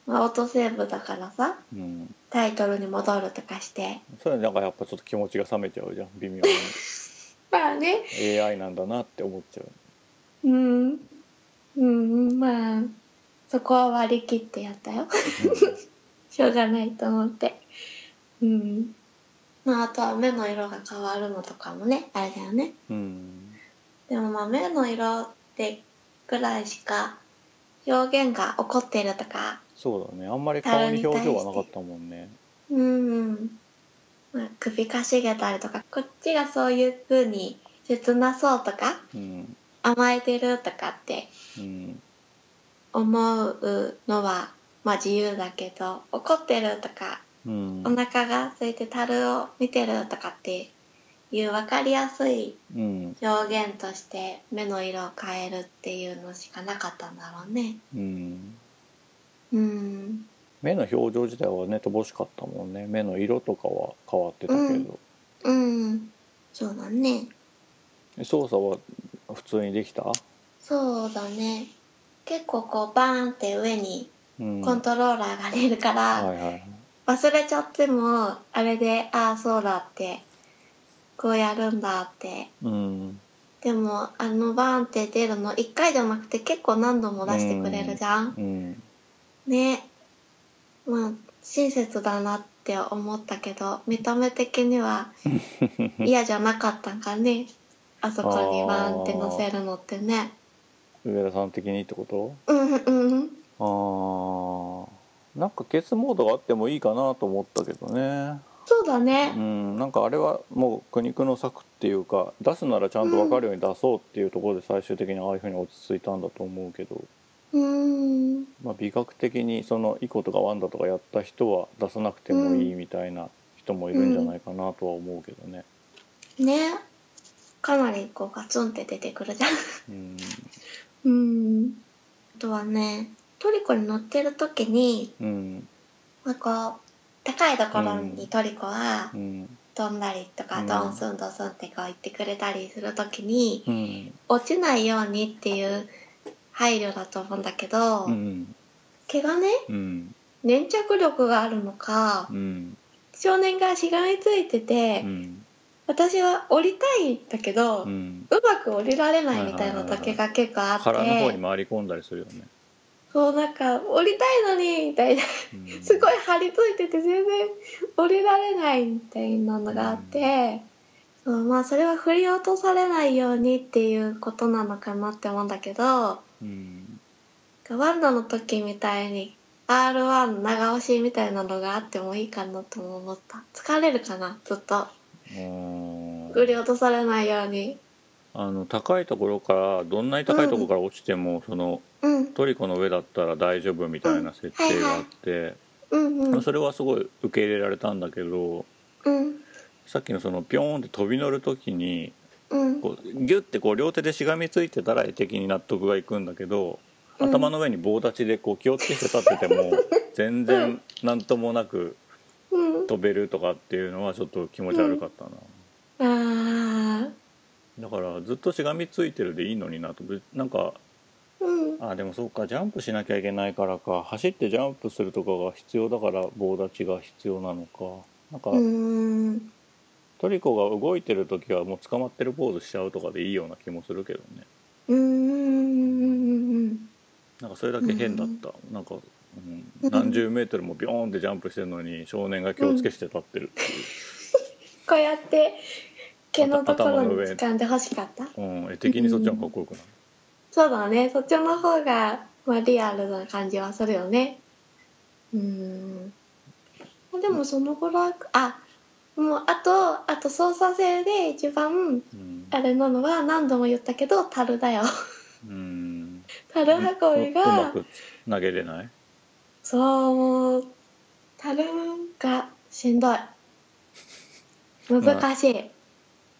まあ、オートセーブだからさうん、タイトルに戻るとかしてそれなんかやっぱちょっと気持ちが冷めちゃうじゃん *laughs* 微妙にまあね AI なんだなって思っちゃううんうんまあそこは割り切ってやったよ *laughs* しょうがないと思ってうんまああとは目の色が変わるのとかもねあれだよねうん、でもまあ目の色ってぐらいしか表現が起こってるとかそうだねあんまり顔に表情はなかったもんねうん、まあ、首かしげたりとかこっちがそういう風に切なそうとかうん甘えてるとかってうん思うのはまあ自由だけど怒ってるとかうんお腹が空いて樽を見てるとかっていう分かりやすいうん表現として目の色を変えるっていうのしかなかったんだろうね。うんうん目の表情自体はね乏しかったもんね目の色とかは変わってたけど、うん、そうだね。操作は普通にできた、そうだね。結構こうバーンって上にうん、コントローラーが出るから、はいはい忘れちゃってもあれでああそうだってこうやるんだってうんでもあのバーンって出るの1回じゃなくて結構何度も出してくれるじゃん。うんね。まあ親切だなって思ったけど見た目的に *laughs* は嫌じゃなかったんかねあそこにバーンって乗せるのってね。上田さん的にってことうんうんあーなんかケースモードがあってもいいかなと思ったけどねそうだうね。んなんかあれはもう苦肉の策っていうか出すならちゃんと分かるように出そうっていうところで最終的にああいうふうに落ち着いたんだと思うけど、うーん。まあ、美学的にそのイコとかワンダとかやった人は出さなくてもいいみたいな人もいるんじゃないかなとは思うけどね、ね。かなりこうガツンって出てくるじゃん。うん、うん。あとはね、トリコに乗ってる時に、うんまあ、こう、高いところにトリコはうん飛んだりとか、うんドンスンドスンってこう言ってくれたりする時に、うん落ちないようにっていう配慮だと思うんだけど、うん毛がね、うん粘着力があるのか、うん少年がしがみついてて、うん私は降りたいんだけど、うんうまく降りられないみたいな時が結構あって、腹の方に回り込んだりするよね、そうなんか降りたいのにみたいなうんすごい張り付いてて全然降りられないみたいなのがあって、そうまあそれは振り落とされないようにっていうことなのかなって思うんだけどうんワンダの時みたいに R1 の長押しみたいなのがあってもいいかなとも思った疲れるかなずっとうん振り落とされないようにあの高いところからどんなに高いところから落ちても、そのうんトリコの上だったら大丈夫みたいな設定があって、うんうんそれはすごい受け入れられたんだけどうんさっきのそのピョーンって飛び乗る時にうんこうギュッてこう両手でしがみついてたら絵的に納得がいくんだけどうん頭の上に棒立ちでこう気をつけて立ってても全然何ともなくうん飛べるとかっていうのはちょっと気持ち悪かったな。ああだからずっとしがみついてるでいいのになとぶなんかうんあでもそうかジャンプしなきゃいけないからか走ってジャンプするとかが必要だから棒立ちが必要なのかなんか、うーんトリコが動いてる時はもう捕まってるポーズしちゃうとかでいいような気もするけどねうーんなんかそれだけ変だった、なんか、ううん何十メートルもビョーンってジャンプしてるのに少年が気をつけして立ってる、こうやって毛のところに掴んで欲しかったうん絵的にそっちの方がかっこよくなる、そうだねそっちの方が、まあ、リアルな感じはするよねうーんあでもそのぐらいあもうあとあと操作性で一番うんあれなのは何度も言ったけど樽 *laughs* だようん樽運びうまがく投げれないそうもう樽がしんどい難し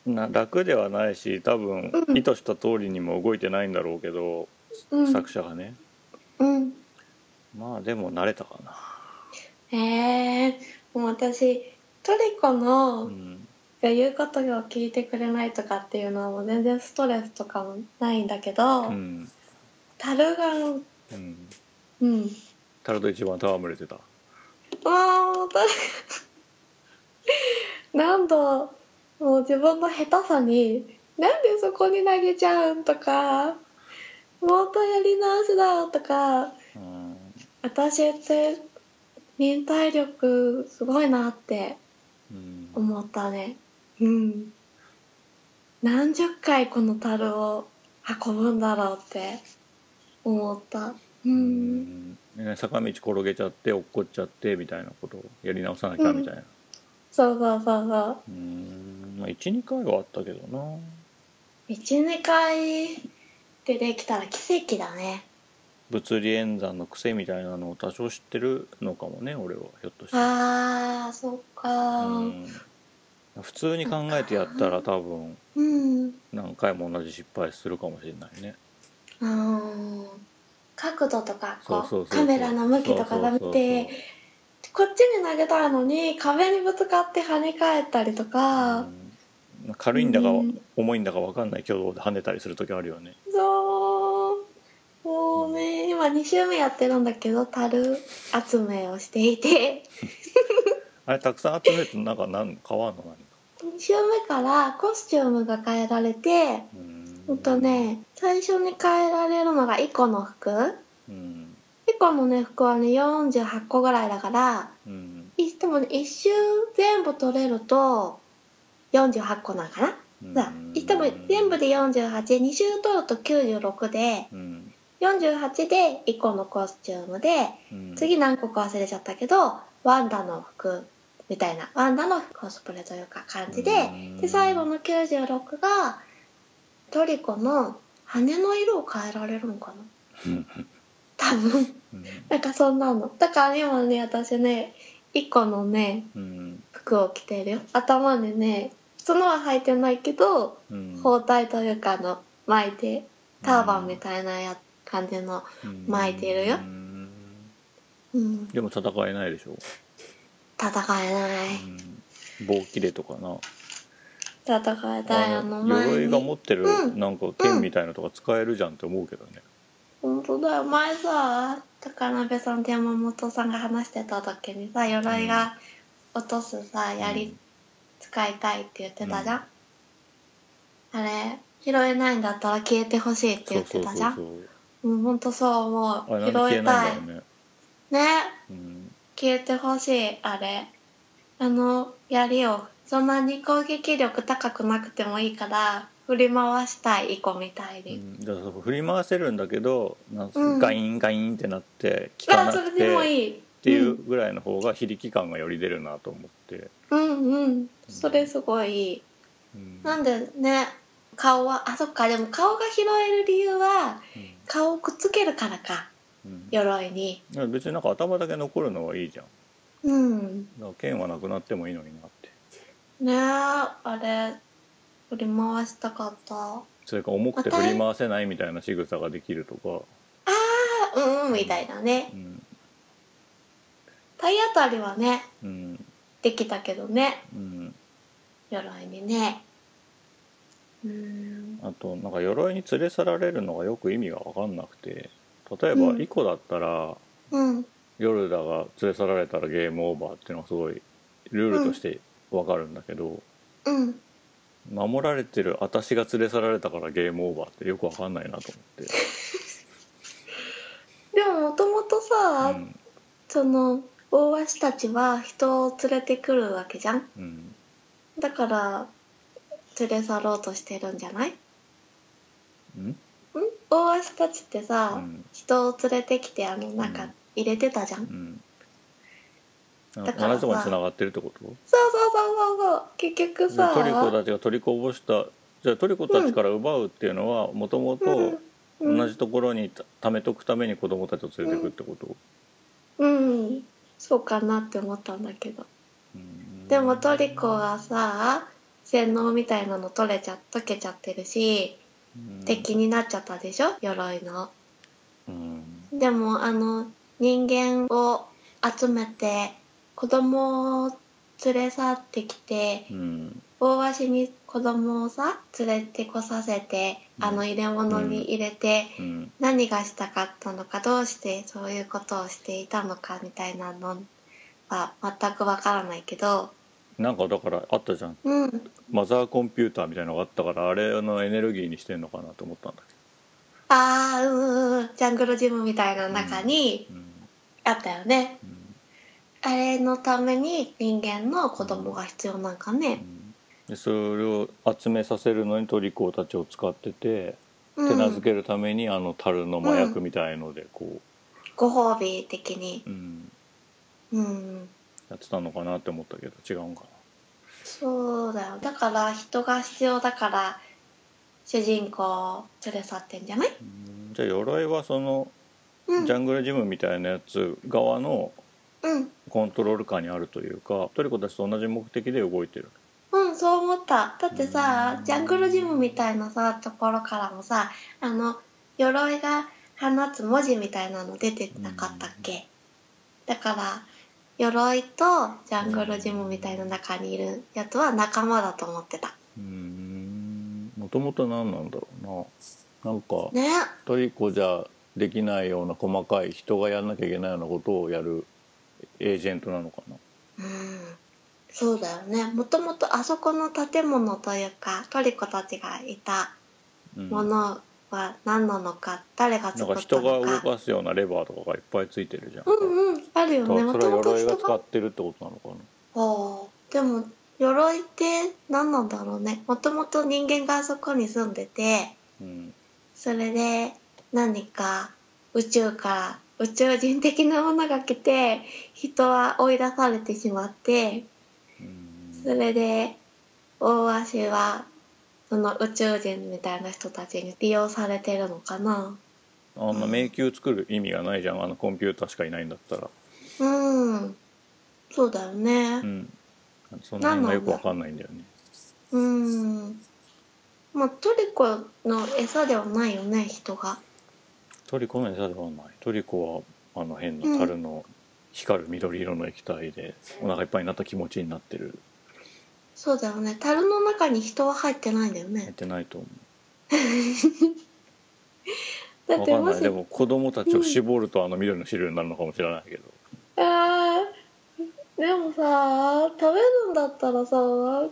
い、な楽ではないし多分うん意図した通りにも動いてないんだろうけど、うん作者がねうんまあでも慣れたかな、へえもう私トリコの、うんが言うことを聞いてくれないとかっていうのはもう全然ストレスとかもないんだけど、うんタルがうん、うんタルと一番戯れてたああタルが *laughs* 何度もう自分の下手さになんでそこに投げちゃうんとかもっとやり直しだとかうん私って忍耐力すごいなってうん思ったねうん何十回この樽を運ぶんだろうって思ったううんんね坂道転げちゃって落っこっちゃってみたいなことをやり直さなきゃみたいなそうそうそうそううんまあ12回はあったけどな12回でできたら奇跡だね物理演算の癖みたいなのを多少知ってるのかもね俺はひょっとしてあーそっかうん、うん普通に考えてやったら多分うん、何回も同じ失敗するかもしれないね角度とかこうそうそうそうそうカメラの向きとかだってそうそうそうそうこっちに投げたいのに壁にぶつかって跳ね返ったりとか、うん軽いんだかうん重いんだか分かんない挙動で跳ねたりする時あるよねそうもうね今2週目やってるんだけど樽集めをしていてあれたくさん集めるとなんかなん変わんの何か2週目からコスチュームが変えられてうんほんとね最初に変えられるのが1個の服1うん個のね服はね48個ぐらいだからうんいでもね1周全部取れると48個なのかなうんさいつも全部で482周取ると96でうん48で1個のコスチュームでうん次何個か忘れちゃったけどワンダの服みたいなワンダのコスプレというか感じでうんで最後の96がトリコの羽の色を変えられるのかなうん多分 *laughs* なんかそんなのだから今ね私ね1個のねうん服を着てるよ頭にね角は履いてないけどうん包帯というかあの巻いてターバンみたいなや感じのうん巻いてるようんうんでも戦えないでしょ戦えないうん棒切れとかな戦えたいああのの前に鎧が持ってるうんなんか剣みたいのとか使えるじゃんって思うけどね本当だよ前さ高鍋さんと山本さんが話してた時にさ鎧が落とすさ槍、使いたいって言ってたじゃん、あれ拾えないんだったら消えてほしいって言そっうそてうたそうじゃんそううん本当そう思あれうなんで消拾ええなたいいんだろうねねうん消えてほしいあれあの槍をそんなに攻撃力高くなくてもいいから振り回したいイコみたいに、うんだからそう振り回せるんだけどなんかうんガインガインってなって効かあなそくれでもてっいいっていうぐらいの方が非力感がより出るなと思って、うんうんそれすごいいいうんなんでね顔はあそっかでも顔が拾える理由は顔をくっつけるからかうん鎧にいや別になんか頭だけ残るのはいいじゃんだうんから剣はなくなってもいいのになってねえあれ振り回したかったあそれか重くて振り回せないみたいな仕草ができるとか、うんうんみたいなねうん体当たりはねうんできたけどねうん、鎧にねうんあとなんか鎧に連れ去られるのがよく意味が分かんなくて例えうばんイコだったら、うんヨルダが連れ去られたらゲームオーバーっていうのがすごいルールとして分かるんだけど、うん守られてる私が連れ去られたからゲームオーバーってよく分かんないなと思って、でももともとさ、うんその大鷲たちは人を連れてくるわけじゃんうんだから連れ去ろうとしてるんじゃないんうん大鷲たちってさ、うん人を連れてきてあの中うん入れてたじゃん、うんだから同じとこに繋がってるってことそうそうそうそうそう結局じゃさあトリコたちが取りこぼしたじゃあトリコたちから奪うっていうのはもともとうん同じところにた貯めとくために子供たちを連れてくってこと、うんそうかなって思ったんだけどうんでもトリコはさ洗脳みたいなの取れちゃ溶けちゃってるしうん敵になっちゃったでしょ鎧のうんでもあの人間を集めて子供を連れ去ってきてうん大鷲に子供をさ連れてこさせてうんあの入れ物に入れてうん何がしたかったのかどうしてそういうことをしていたのかみたいなのは全くわからないけどなんかだからあったじゃんうんマザーコンピューターみたいなのがあったからあれのエネルギーにしてんのかなと思ったんだあーうんうんうんジャングルジムみたいな中にけど、うんあったよね、うんあれのために人間の子供が必要なんかね、でそれを集めさせるのにトリコたちを使っててうん手なずけるためにあの樽の麻薬みたいのでこご褒美的にう、うん、うんやってたのかなって思ったけど違うんかそうだよだから人が必要だから主人公を連れ去ってんじゃない、な、うんじゃあ鎧はそのうん、ジャングルジムみたいなやつ側のうんコントロール下にあるというかトリコたちと同じ目的で動いてるうん、そう思った。だってさう、んジャングルジムみたいなさ、ところからもさ、あの、鎧が放つ文字みたいなの出てなかったっけだから、鎧とジャングルジムみたいな中にいるやつは仲間だと思ってた。うんもともと何なんだろうななんかねトリコじゃできないような細かい人がやんなきゃいけないようなことをやるエージェントなのかなうん。そうだよね。もともとあそこの建物というか、トリコたちがいたうんものは何なのか、誰がなん作かった人がの動か。かすようなレバーとかがいっぱいついてるじゃん、うんうん、あるよね。だもからとそれもはと鎧が人使がってるってことなのかなああでも鎧って何なんだろうねもともと人間があそこに住んでてうんそれで何か宇宙から宇宙人的なものが来て人は追い出されてしまってうんそれで大鷲はその宇宙人みたいな人たちに利用されてるのかなあんな迷宮作る意味がないじゃんあのコンピューターしかいないんだったらうんそうだよねうんその辺がよくわかんないんだよねうんまあトリコの餌ではないよね人が。トリコの餌ではないトリコはあの変な樽の光る緑色の液体でお腹いっぱいになった気持ちになってるそうだよね樽の中に人は入ってないんだよやっねてないと思うだわってかんもないしでも子供たちを絞るとあの緑の汁になるのかもしれないけど、あーでもさ食べるんだったらさ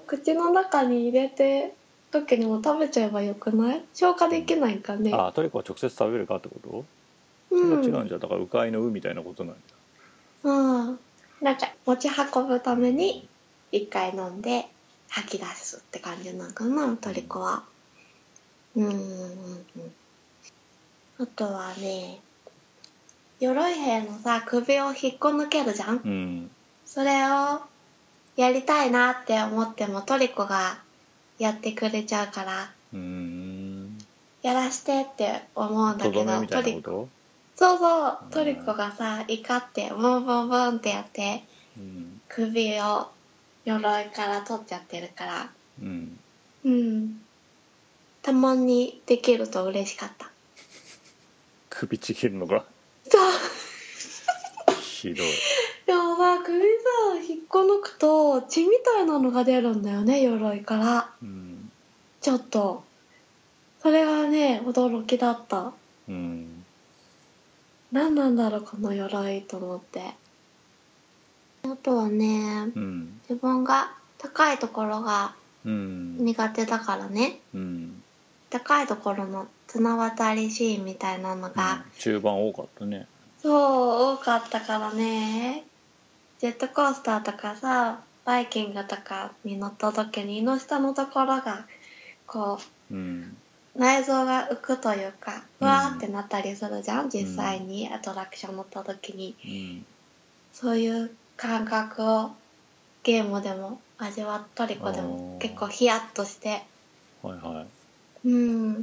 口の中に入れて時にも食べちゃえばよくない消化できないんかねああトリコは直接食べるかってこと、うんそれは違うんじゃんだから鵜飼いの鵜みたいなことなんだうんなんか持ち運ぶために一回飲んで吐き出すって感じなんかなトリコはうんうんうんあとはね鎧兵のさ首を引っこ抜けるじゃんうんそれをやりたいなって思ってもトリコがやってくれちゃうからうーんやらしてって思うんだとけどめどみたトいなリこコと、そうそうトリコがさ怒ってボンボンボンってやってうん首を鎧から取っちゃってるからうん、うんたまにできると嬉しかった首ちぎるのがそう *laughs* ひどいでもさ首さ引っこ抜くと血みたいなのが出るんだよね鎧からうん、ちょっとそれがね驚きだったうん、何なんだろうこの鎧と思ってあとはねうん自分が高いところがうん苦手だからねうん高いところの綱渡りシーンみたいなのが、中盤多かったねそう、多かったからね。ジェットコースターとかさ、バイキングとかに乗った時に胃の下のところが、こうんう、内臓が浮くというか、ううんわーってなったりするじゃん、実際にアトラクション乗った時に。うんそういう感覚をゲームでも味わったりこでもおー結構ヒヤッとして、はいはいうん。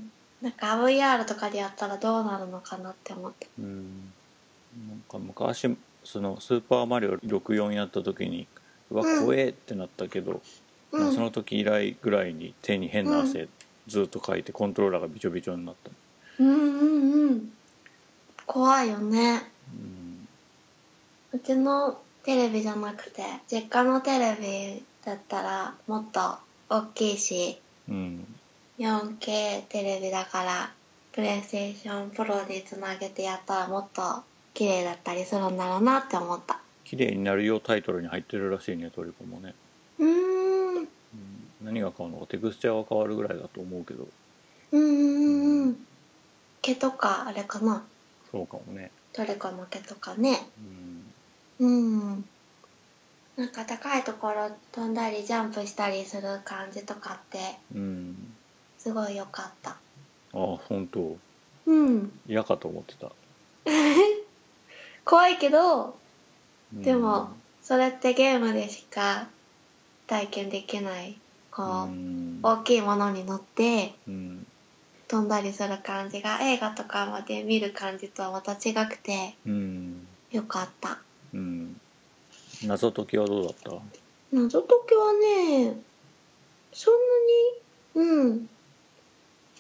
なんか VR とかでやったらどうなるのかなって思って。うんなんか昔その「スーパーマリオ64」やった時に「うわうん怖え!」ってなったけど、うん。その時以来ぐらいに手に変な汗、ずっとかいてコントローラーがびちょびちょになった、うんうんうん。怖いよね。ううん、ちのテレビじゃなくて、実家のテレビだったらもっと大きいし、うん、 4K テレビだから、プレイステーションプロにつなげてやったらもっと綺麗だったりするんだろうなって思った。綺麗になるようタイトルに入ってるらしいねトリコもね、うーん。うん、何が変わるのかテクスチャーは変わるぐらいだと思うけどうんうんうんうん。毛とか、あれかな。そうかもね、トリコの毛とかね。うん、うん。なんか高いところ飛んだりジャンプしたりする感じとかって、うん、すごい良かった。あ本当うん。嫌かと思ってた、怖いけど、うんでも、それってゲームでしか体験できない、うこう、ん大きいものに乗ってうん飛んだりする感じが、映画とかまで見る感じとはまた違くて、うん良かった。うん謎解きはどうだった謎解きはねそんなにうん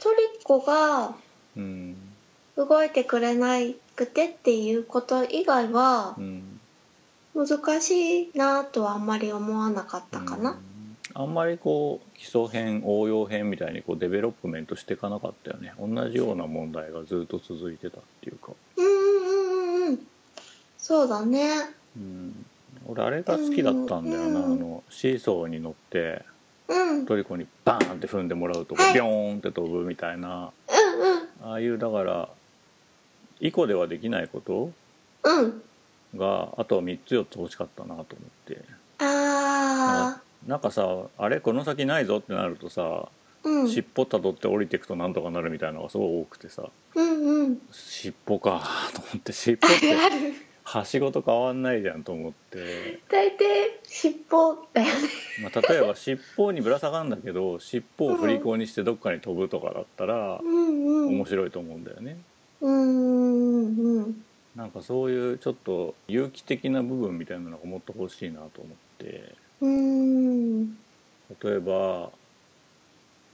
トリコがうん動いてくれなくてっていうこと以外はうん難しいなとはあんまり思わなかったかうなんあんまりこう基礎編応用編みたいにこうデベロップメントしていかなかったよね同じような問題がずっと続いてたっていうか、うんうんうんうんそうだねうん、俺あれが好きだったんだよな、うんあのシーソーに乗ってうんうんトリコにバーンって踏んでもらうとこはいビョーンって飛ぶみたいなうんああいうだからイコではできないことうんがあとは3つ4つ欲しかったなと思ってあなんかさあれこの先ないぞってなるとさ、ーうん尻尾たどって降りていくとなんとかなるみたいなのがすごい多くてさうんうん尻尾か *laughs* と思って尻尾っある *laughs* あてるはしごと変わんないじゃんと思って、大抵尻尾だよねまあ、例えば尻尾にぶら下がるんだけど尻尾を振り子にしてどっかに飛ぶとかだったらうんうん面白いと思うんだよね。うんうんうんなんかそういうちょっと有機的な部分みたいなのがもっと欲しいなと思ってうーん。例えば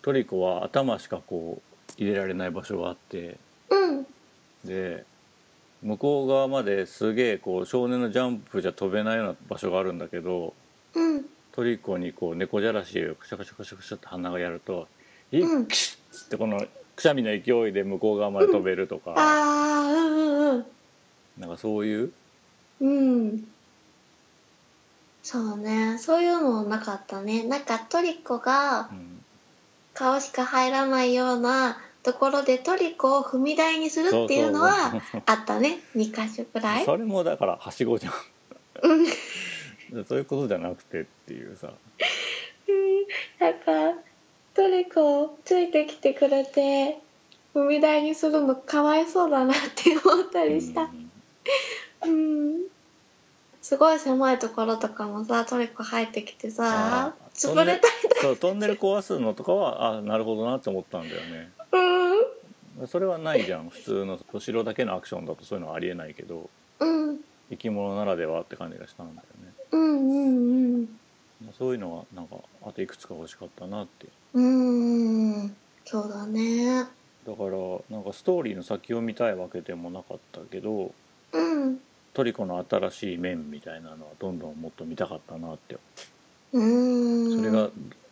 トリコは頭しかこう入れられない場所があってうん。で向こう側まですげえこう少年のジャンプじゃ飛べないような場所があるんだけどうん。トリコにこう猫じゃらしをクシャクシャクシャクシャって鼻がやると「いっうんくしっ!」つってこのくしゃみの勢いで向こう側まで飛べるとか、ああ、うんなんかそういううんうん。うん。そうね。そういうのなかったね。なんかトリコがうん顔しか入らないようなところでトリコを踏み台にするっていうのそはうそうあったね。2箇所くらい。それもだからはしごじゃうんんそういうことじゃなくてっていうさなんか、トリコついてきてくれて、踏み台にするのかわいそうだなって思ったりした。うんうんすごい狭いところとかもさトリコ入ってきてさあー潰れたそうトンネル壊すのとかはあなるほどなって思ったんだよねうんそれはないじゃん普通の後ろだけのアクションだとそういうのはありえないけどうん生き物ならではって感じがしたんだようんうんねそういうのはなんかあといくつか欲しかったなってうんうんそうだねだからなんかストーリーの先を見たいわけでもなかったけどうんトリコの新しい面みたいなのはどんどんもっと見たかったなってうんそれが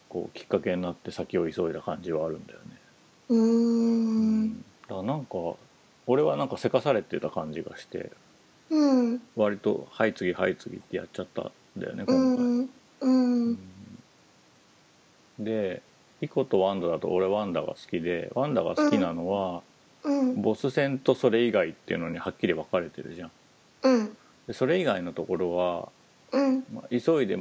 こうきっかけになって先を急いだ感じはあるんだよねううんだからなんか俺はなんかせかされてた感じがしてうん割と「はい次はい次」ってやっちゃったんだよねう今回、んううんんでイコとワンダだと俺ワンダが好きでワンダが好きなのうは、んボス戦とそれ以外っていうのにはっきり分かれてるじゃんうんでそれ以外のところは、うんまあ急いで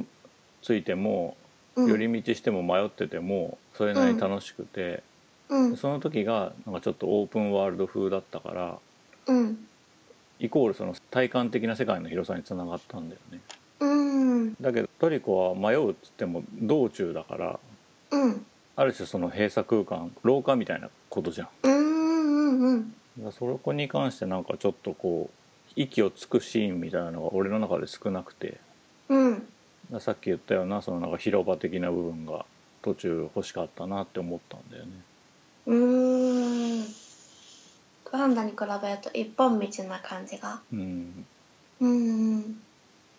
ついてもうん寄り道しても迷っててもそれなりに楽しくて、うんその時がなんかちょっとオープンワールド風だったからうんイコールその体感的な世界の広さにつながったんだよねうんだけどトリコは迷うっつっても道中だからうんある種その閉鎖空間廊下みたいなことじゃんうんうんうんだからそこに関してなんかちょっとこう息をつくシーンみたいなのが俺の中で少なくてだかうんらさっき言ったようなそのなんか広場的な部分が途中欲しかったなって思ったんだよねうーんワンダに比べると一本道な感じがうんうんうん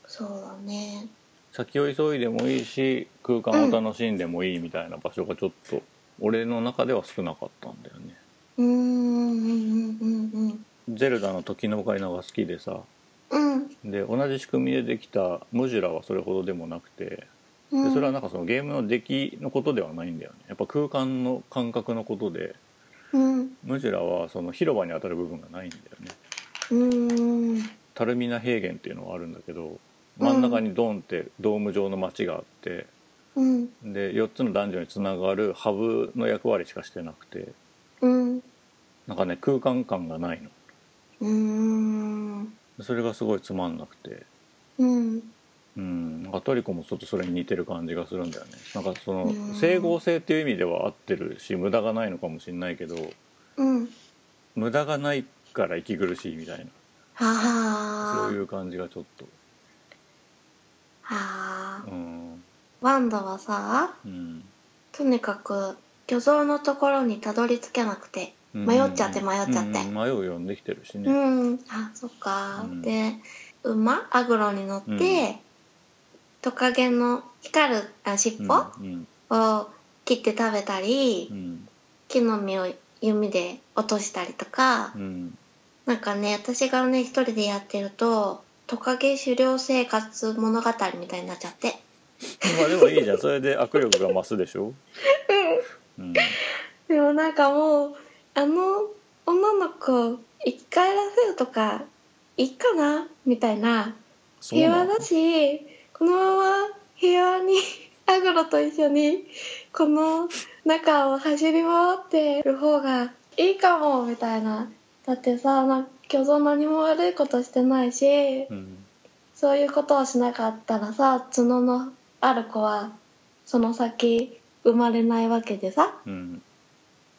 そうだね先を急いでもいいし空間を楽しんでもいいみたいな場所がちょっと俺の中では少なかったんだよねうーんうんうんうんゼルダの時のオカリナが好きでさうんで同じ仕組みでできたムジュラはそれほどでもなくてうんでそれはなんかそのゲームの出来のことではないんだよねやっぱ空間の感覚のことでうんムジュラはその広場に当たる部分がないんだよねうんタルミナ平原っていうのがあるんだけど真ん中にドンってドーム状の街があってうんで4つの男女につながるハブの役割しかしてなくてうんなんかね空間感がないのうんそれがすごいつまんなくてうんうんなんかトリコもちょっとそれに似てる感じがするんだよねなんかそのうん整合性っていう意味では合ってるし無駄がないのかもしれないけどうん無駄がないから息苦しいみたいなはそういあう感じがちょっとはあうんワンダはさうんとにかく漁像のところにたどり着けなくて迷っちゃって迷っちゃってうん迷うようにできてるしうねん、あそっか、うんで馬アグロに乗って、うんトカゲの光るあ尻尾、うんを切って食べたり、うん木の実を弓で落としたりとか、うんなんかね私がね一人でやってるとトカゲ狩猟生活物語みたいになっちゃ *laughs* ってまあでもいいじゃんそれで握力が増すでしょうんでもなんかもうあの女の子生き返らせるとかいいかなみたいなそう平な和のだしこのまま平和にアグロと一緒にこの中を走り回ってる方がいいかもみたいなだってさなんか虚像何も悪いことしてないしうんそういうことをしなかったらさ角のある子はその先生まれないわけでさうん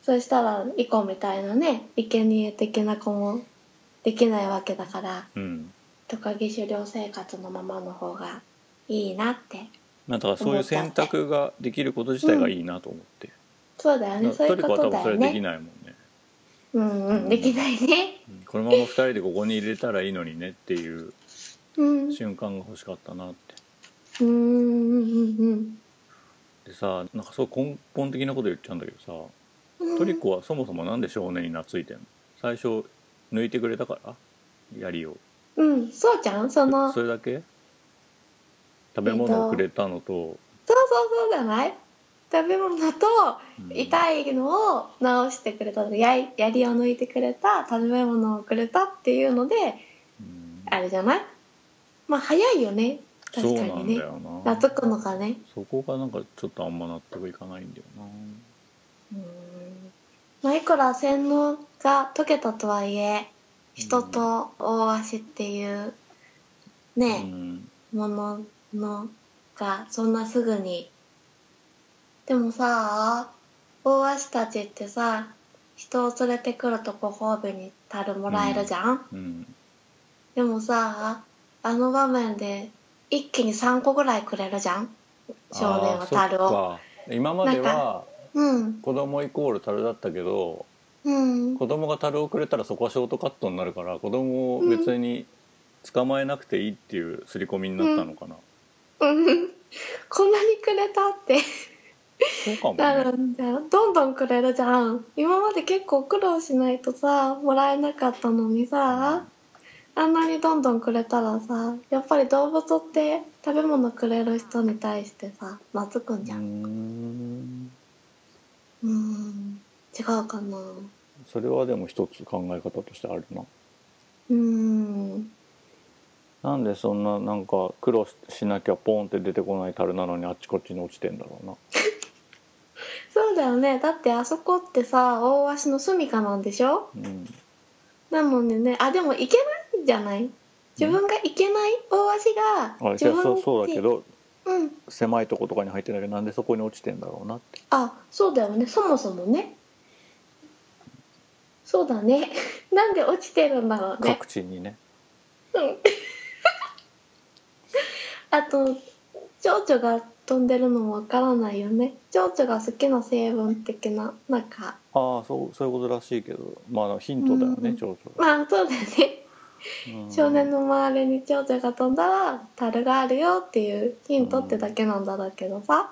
そしたらイコみたいなね生贄的な子もできないわけだから。うんトカゲ狩猟生活のままの方がいいなってまあだからそういう選択ができること自体がいいなと思って、そうだよねそういトうリこコは多と分だそよれできねないもんねうんうんできないねうんこのまま2人でここに入れたらいいのにねっていううんうん瞬間が欲しかったなってうんうんでさなんかそう根本的なこと言っちゃうんだけどうさんトリコはそもそもなんで少年に懐いてんの最初抜いてくれたから槍をうんそうじゃんそのそそうれだけ食べ物をくれたのと、そうそうじゃない食べ物とうん痛いのを治してくれたやい槍を抜いてくれた食べ物をくれたっていうのでうんあれじゃないまあ早いよねそう確かなにんだねよな懐くのがねそこがなんかちょっとあんま納得いかないんだよなうんまあ、いくら洗脳が解けたとはいえ人と大足っていううね、んもののがそんなすぐにでもさ大足たちってさ人を連れてくるとご褒美にたるもらえるじゃん、うんでもさあの場面で一気に3個ぐらいくれるじゃん少年はたるをあーそっか今までなんはうん子供イコール樽だったけどうん子供が樽をくれたらそこはショートカットになるから子供を別に捕まえなくていいっていう刷り込みになったのかな、うんこんなにくれたってそうかもなるねんだよどんどんくれるじゃん今まで結構苦労しないとさもらえなかったのにさあんなにどんどんくれたらさやっぱり動物って食べ物くれる人に対してさ懐くんじゃうんーんうーん違うかなうそれはでも一つ考え方としてあるなーんなんでそんななんか苦労しなきゃポンって出てこない樽なのにあっちこっちに落ちてんだろうなそうだよねだってあそこってさ大鷲の住処なんでしょうんなもんでねあでも行けないんじゃない自分が行けない大鷲があ自じゃあ分そうそうだけどうん狭いとことかに入ってんだけどなんでそこに落ちてんだろうなってあそうだよねそもそもねそうだね *laughs* なんで落ちてるんだろうね各地にねうん *laughs* あと蝶々が飛んでるのもわからないよね蝶々が好きな成分的ななんかああそうそういうことらしいけどまあヒントだようねん蝶々がまあそうだよねうん少年の周りに蝶々が飛んだら樽があるよっていうヒントってだけなんだろうけどさ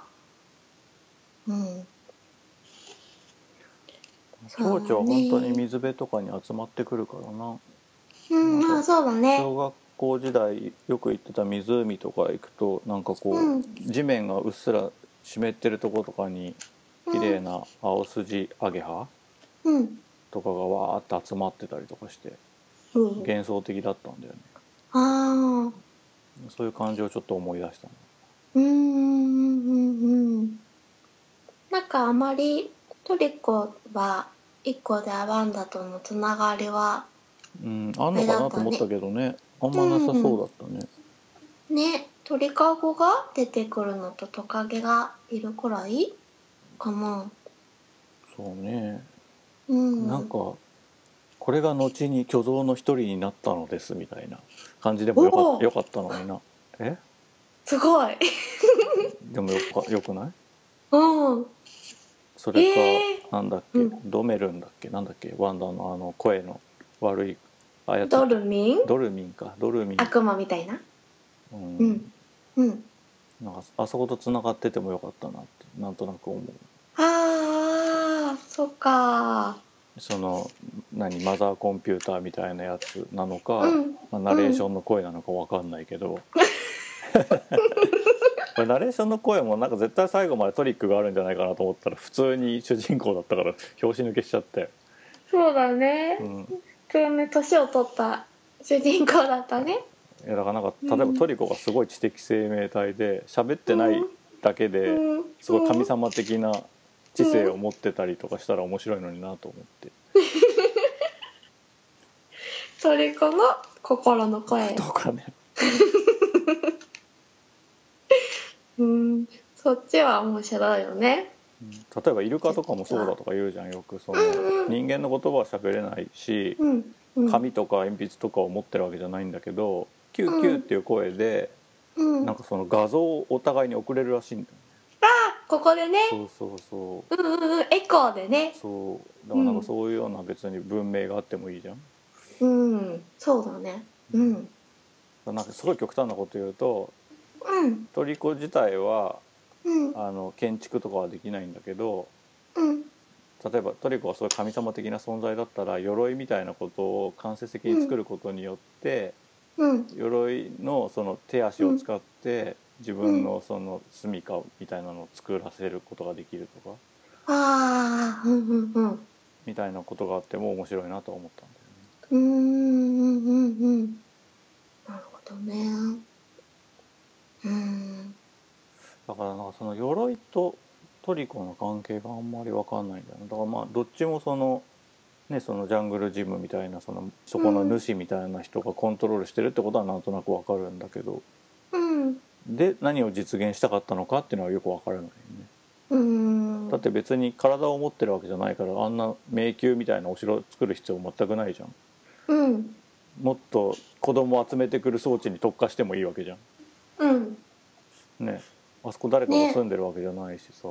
うん蝶々はそう本ね当に水辺とかに集まってくるからなうんまあそうだね小学校時代よく行ってた湖とか行くとなんかこう、うん地面がうっすら湿ってるとことかに綺麗な青筋アゲハうんとかがわーって集まってたりとかしてうん幻想的だったんだよねああそういう感じをちょっと思い出したのうんうんうんうんなんかあまりトリコは一個でアバンダとのつながりはうんあんのかなと思ったけどねあんまなさそうだったね、ね鳥かごが出てくるのとトカゲがいるくらいかなそうねうんなんかこれが後に巨像の一人になったのですみたいな感じでもよかおっーよかったのになえすごいでもよかよくないうんそれか、えなんだっけ、うんドメルンだっけなんだっけワンダのあの声の悪いあやつドルミンドルミンかドルミン、悪魔みたいなうんうんうんなんかあそことつながっててもよかったなってなんとなく思うあーそっかその何マザーコンピューターみたいなやつなのか、うんまあ、ナレーションの声なのかわかんないけ *laughs* ど、これナレーションの声もなんか絶対最後までトリックがあるんじゃないかなと思ったら普通に主人公だったから拍子抜けしちゃって、そうだねうん、い普通に年を取った主人公だったねやだからなんか例えばトリコがすごい知的生命体で喋ってないだけでうんすごい神様的な知性を持ってたりとかしたら面白いのになと思ってトリコの心の *laughs* 声とかねうんそっちは面白いよね例えばイルカとかもそうだとか言うじゃんよくそのうんうん人間の言葉は喋れないしうん、うん、紙とか鉛筆とかを持ってるわけじゃないんだけど「キューキュー」っていう声でうんなんかその画像をお互いに送れるらしいんだここでねよねそうそううんうんうんエコーでねそうそうだからなんかそういうような別に文明があってもいいじゃんうんそうだねうんなんかすごい極端なこと言うとうんトリコ自体はうんあの建築とかはできないんだけどうん例えばトリコはそういう神様的な存在だったら鎧みたいなことを間接的に作ることによっうて、ん鎧のその手足を使って自分のその住処みたいなのを作らせることができるとかああうんうんうんみたいなことがあっても面白いなと思ったんだよね。うんうんうんうんなるほどねうんだからなんかその鎧とトリコの関係があんまり分かんないんだよねだからまあどっちもそのねそのジャングルジムみたいなそのそこの主みたいな人がコントロールしてるってことはなんとなく分かるんだけどうんで何を実現したかったのかっていうのはよく分からないよね。うんだって別に体を持ってるわけじゃないからあんな迷宮みたいなお城作る必要全くないじゃんうんもっと子供を集めてくる装置に特化してもいいわけじゃうんんねあそこ誰かが住んでるわけじゃないしさ、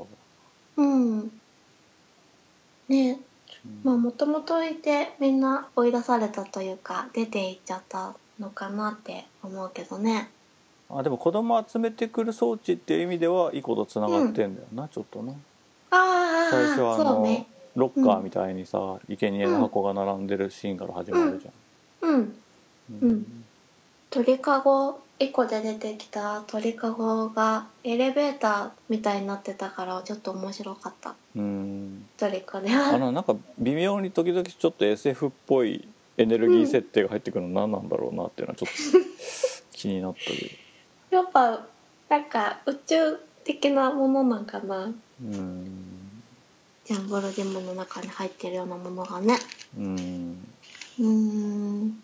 うんねうまあんもともといてみんな追い出されたというか出て行っちゃったのかなって思うけどねあでも子供を集めてくる装置っていう意味ではいいことつながってんだよな、ちょっとなああ最初はあその、うねロッカーみたいにさ生贄の箱が並んでるシーンから始まるじゃん、うんうんうん鳥かご1個で出てきた鳥かごがエレベーターみたいになってたからちょっと面白かったうん鳥かねあのなんか微妙に時々ちょっと SF っぽいエネルギー設定が入ってくるの何なんだろうなっていうのはちょっと気になったりやっぱなんか宇宙的なものなんかなうんジャンボルデモの中に入ってるようなものがねうんうーん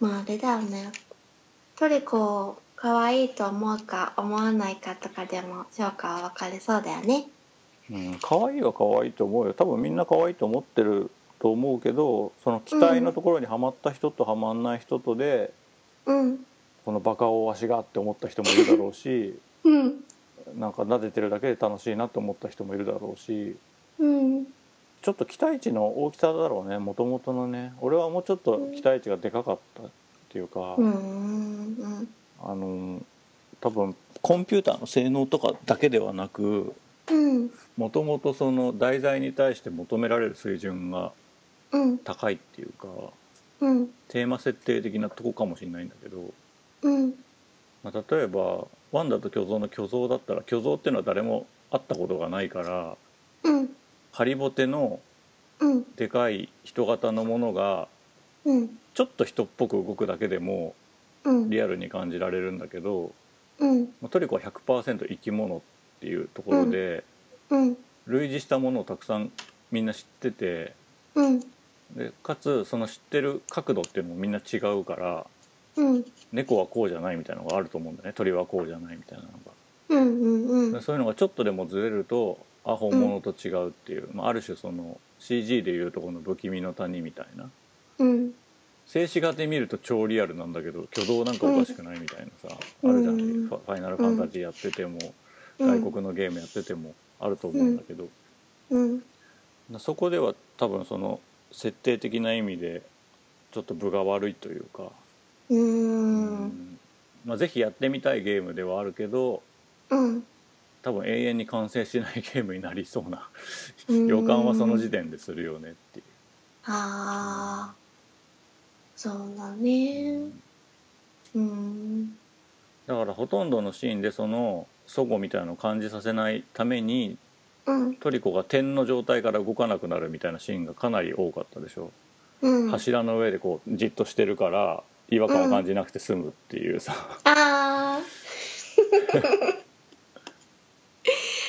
まああれだよねトリコを可愛いと思うか思わないかとかでも評価は分かれそうだよねうん可愛いは可愛いと思うよ多分みんな可愛いと思ってると思うけどその期待のところにはまった人とはまんない人とで、うんこのバカをわしがって思った人もいるだろうしうんなんか撫でてるだけで楽しいなって思った人もいるだろうしうんちょっと期待値の大きさだろうねもともとのね俺はもうちょっと期待値がでかかったっていうか、うーんうんあの多分コンピューターの性能とかだけではなくうんもともとその題材に対して求められる水準がうん高いっていうかうんテーマ設定的なとこかもしれないんだけど、うんまあ、例えば「ワンダと巨像」の巨像だったら巨像っていうのは誰も会ったことがないからうんハリボテのうんでかい人型のものがうんちょっと人っぽく動くだけでもうんリアルに感じられるんだけどうんまあトリコは100%生き物っていうところでうん類似したものをたくさんみんな知っててうんでかつその知ってる角度っていうのもみんな違うからうん猫はこうじゃないみたいなのがあると思うんだよね鳥はこうじゃないみたいなのうんうんうがんでそういうのがちょっとでもずれるとあ本物と違うっていう、まあ、ある種その CG でいうとこの不気味の谷みたいなうん静止画で見ると超リアルなんだけど挙動なんかおかしくないみたいなさ、うんあるじゃない、うんファファイナルファンタジーやってても、うん外国のゲームやっててもあると思うんだけど、うんなそこでは多分その設定的な意味でちょっと分が悪いというか、ううんまあ、ぜひやってみたいゲームではあるけどうん多分永遠に完成しないゲームになりそうな予感はその時点でするよねっていう。ああそうだねうんだからほとんどのシーンでその齟齬みたいなのを感じさせないためにうんトリコが点の状態から動かなくなるみたいなシーンがかなり多かったでしょ、うんあ柱の上でこうじっとしてるから違和感を感じなくて済むってい *laughs* うさ、あ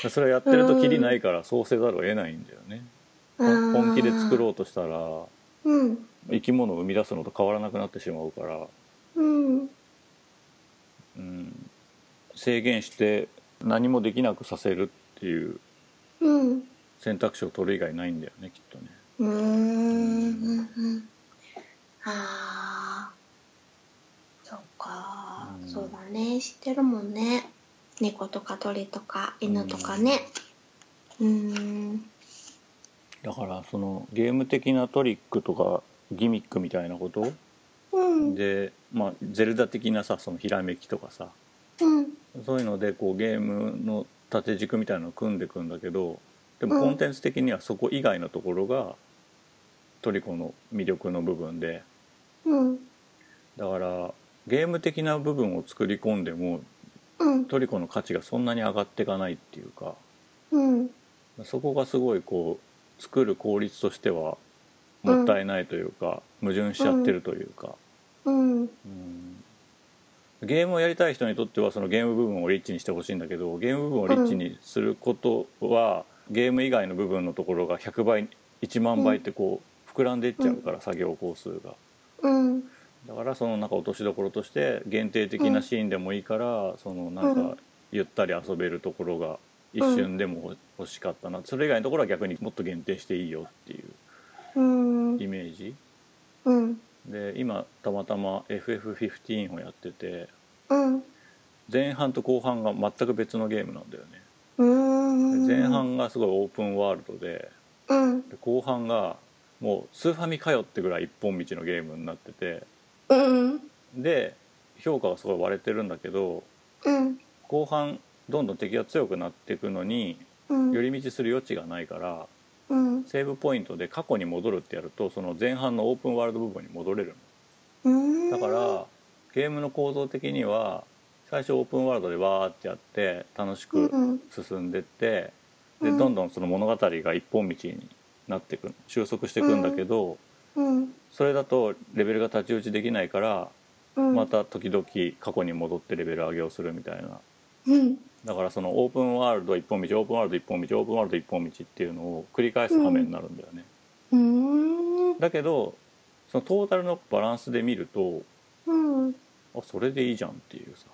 それをやってるときりないからそうせざるを得ないんだよね、ー本気で作ろうとしたらうん生き物を生み出すのと変わらなくなってしまうから、うんうん、制限して何もできなくさせるっていううん選択肢を取る以外ないんだよねきっとねうーんうんうんああそっかうんそうだね知ってるもんね猫とか鳥とか犬とかねうんだからそのゲーム的なトリックとかギミックみたいなことうんで、まあ、ゼルダ的なさそのひらめきとかさうんそういうのでこうゲームの縦軸みたいなのを組んでいくんだけどでうもんコンテンツ的にはそこ以外のところがトリコの魅力の部分でうんだからゲーム的な部分を作り込んでもうんトリコの価値がそんなに上がっていかないっていうかうんそこがすごいこう作る効率としてはもったいないというか、矛盾しちゃってるというか。うんうんゲームをやりたい人にとってはそのゲーム部分をリッチにしてほしいんだけどゲーム部分をリッチにすることは、ゲーム以外の部分のところが100倍1万倍ってこう膨らんでいっちゃうから、作業工数がうんだからそのなんか落としどころとして限定的なシーンでもいいから、そのなんうかんゆったり遊べるところが一瞬でも欲しかったな、それ以外のところは逆にもっと限定していいよっていううんイメージうんで今たまたま FF15 をやっててうん前半と後半が全く別のゲームなんだよね、うん前半がすごいオープンワールドでうんで後半がもうスーファミかよってぐらい一本道のゲームになっててうんで評価がすごい割れてるんだけどうん後半どんどん敵が強くなっていくのにうん寄り道する余地がないからうんセーブポイントで過去に戻るってやるとその前半のオープンワールド部分に戻れるうんのだからゲームの構造的には最初オープンワールドでわーってやって楽しうくん進んでってでうんどんどんその物語が一本道になってくる収束していくんだけど、うんそれだとレベルが太刀打ちできないからうん、また時々過去に戻ってレベル上げをするみたいなうんだからそのオープンワールド一本道オープンワールド一本道オープンワールド一本道っていうのを繰り返す羽目になるんだよね、うーんだけどそのトータルのバランスで見るとうんあそれでいいじゃんっていうさ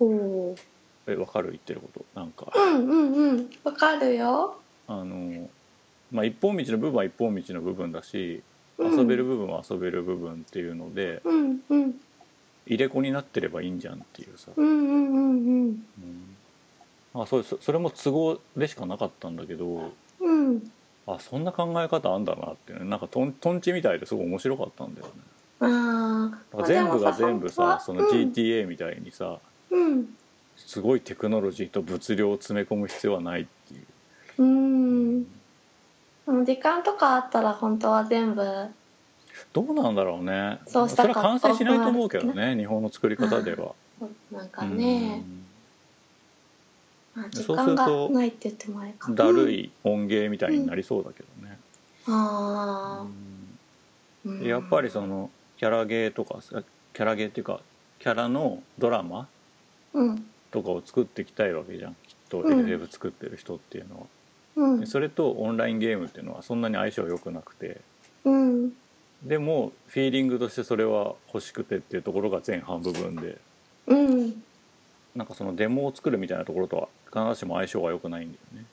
おーえわかる言ってることなんかうんうんうんわかるよあのまあ一本道の部分は一本道の部分だしうん遊べる部分は遊べる部分っていうのでうんうん入れ子になってればいいんじゃんっていうさ、うんうんうんうんうん、あそうそそれも都合でしかなかったんだけどうんあそんな考え方あんだなっていうねなんかとんとんちみたいですごい面白かったんだよねあだから全部が全部さその GT GTA みたいにさうんすごいテクノロジーと物量を詰め込む必要はないっていううん、うん、でも時間とかあったら本当は全部どうなんだろうねそうしたれかっはた完成しないと思うけどね日本の作り方では。なんかね、まあ、時そうす間るがとないって言ってもあれかうんだるい音芸みたいになりそうだけどうね、んああ、うんやっぱりそのキャラゲーとかさキャラゲーっていうかキャラのドラマうんとかを作っていきたいわけじゃんきっとうん FF 作ってる人っていうのは、うんそれとオンラインゲームっていうのはそんなに相性良くなくてうんでもフィーリングとしてそれは欲しくてっていうところが前半部分でうんなんかそのデモを作るみたいなところとは必ずしも相性が良くないんだよね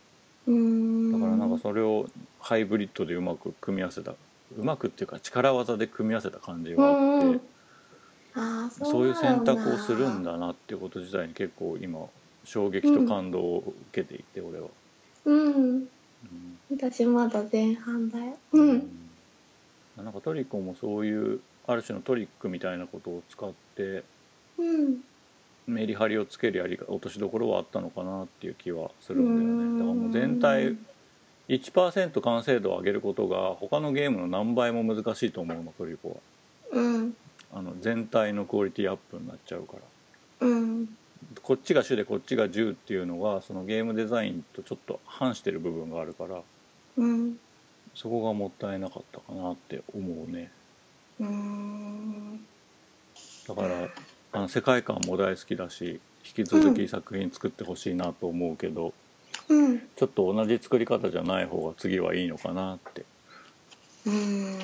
うんだからなんかそれをハイブリッドでうまく組み合わせたうまくっていうか力技で組み合わせた感じがあって、うんうんああそういう選択をするんだだなっていうこと自体に結構今衝撃と感動を受けていて、俺は、うんうん私まだ前半だようんなんかトリコもそういうある種のトリックみたいなことを使ってうんメリハリをつけるやり方落としどころはあったのかなっていう気はするんだようんねだからもう全体1%完成度を上げることが他のゲームの何倍も難しいと思うのトリコは。うんあの全体のクオリティアップになっちゃうからうんこっちが主でこっちが10っていうのがそのゲームデザインとちょっと反してる部分があるからうんそこがもったいなかったかなって思うねうんだからあの世界観も大好きだし引き続き作品作ってほしいなと思うけど、うんちょっと同じ作り方じゃない方が次はいいのかなって、うんうん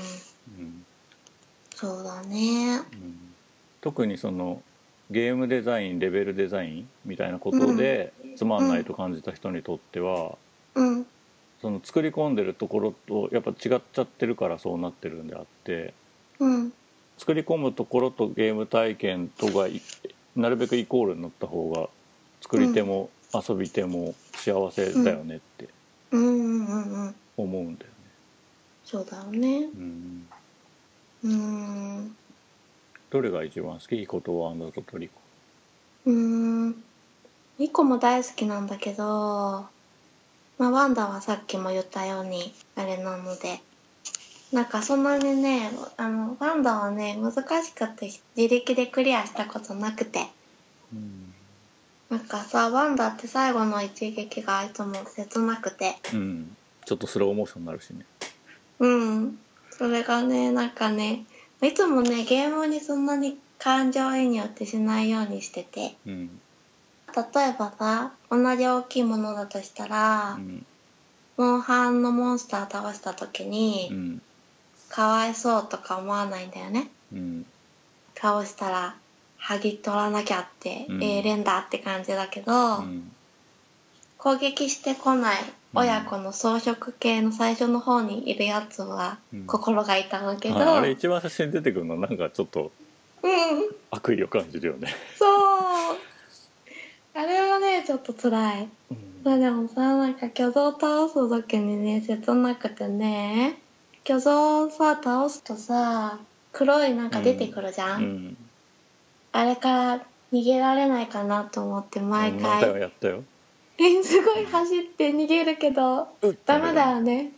そうだねうん特にそのゲームデザインレベルデザインみたいなことでつまんないと感じた人にとっては、うんその作り込んでるところとやっぱ違っちゃってるからそうなってるんであってうん作り込むところとゲーム体験とがいなるべくイコールになった方が作り手も遊び手も幸せだよねってうんうんうんうん思うんだよね。そうだよねうんうんどれが一番好きヒコとワンダとトリコ。うーんニコも大好きなんだけど、まあ、ワンダはさっきも言ったようにあれなのでなんかそんなにねあのワンダはね難しくて自力でクリアしたことなくてうんなんかさワンダって最後の一撃がいつも切なくてうん、ちょっとスローモーションになるしね。うんそれがねなんかねいつもねゲームにそんなに感情移入ってしないようにしててうん例えばさ同じ大きいものだとしたら、うんモンハンのモンスター倒した時に、うんかわいそうとか思わないんだよねうん倒したら剥ぎ取らなきゃって、うんええ連打って感じだけど、うん攻撃してこないうん親子の装飾系の最初の方にいるやつはうん心が痛むけど、ああうれん一番最初に出てくるのなんかちょっと悪意を感じるよね。そうあれはねちょっと辛いまあでもさなんか巨像倒す時にね切なくてね巨像をさ倒すとさ黒いなんか出てくるじゃん、うんあれから逃げられないかなと思って毎何回も回やったよすごい走って逃げるけどうっダメだよね *laughs*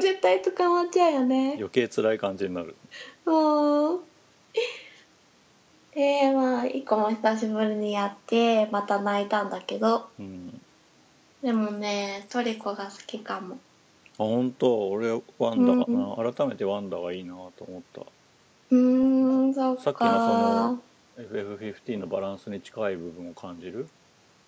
絶対捕まっちゃうよね *laughs* 余計辛い感じになるもうでまあ一個も久しぶりにやってまた泣いたんだけどうんでもねトリコが好きかもあ本当俺ワンダかな、う改めてワンダがいいなと思ったうーん、そっか。さっきのその FF15 のバランスに近い部分を感じる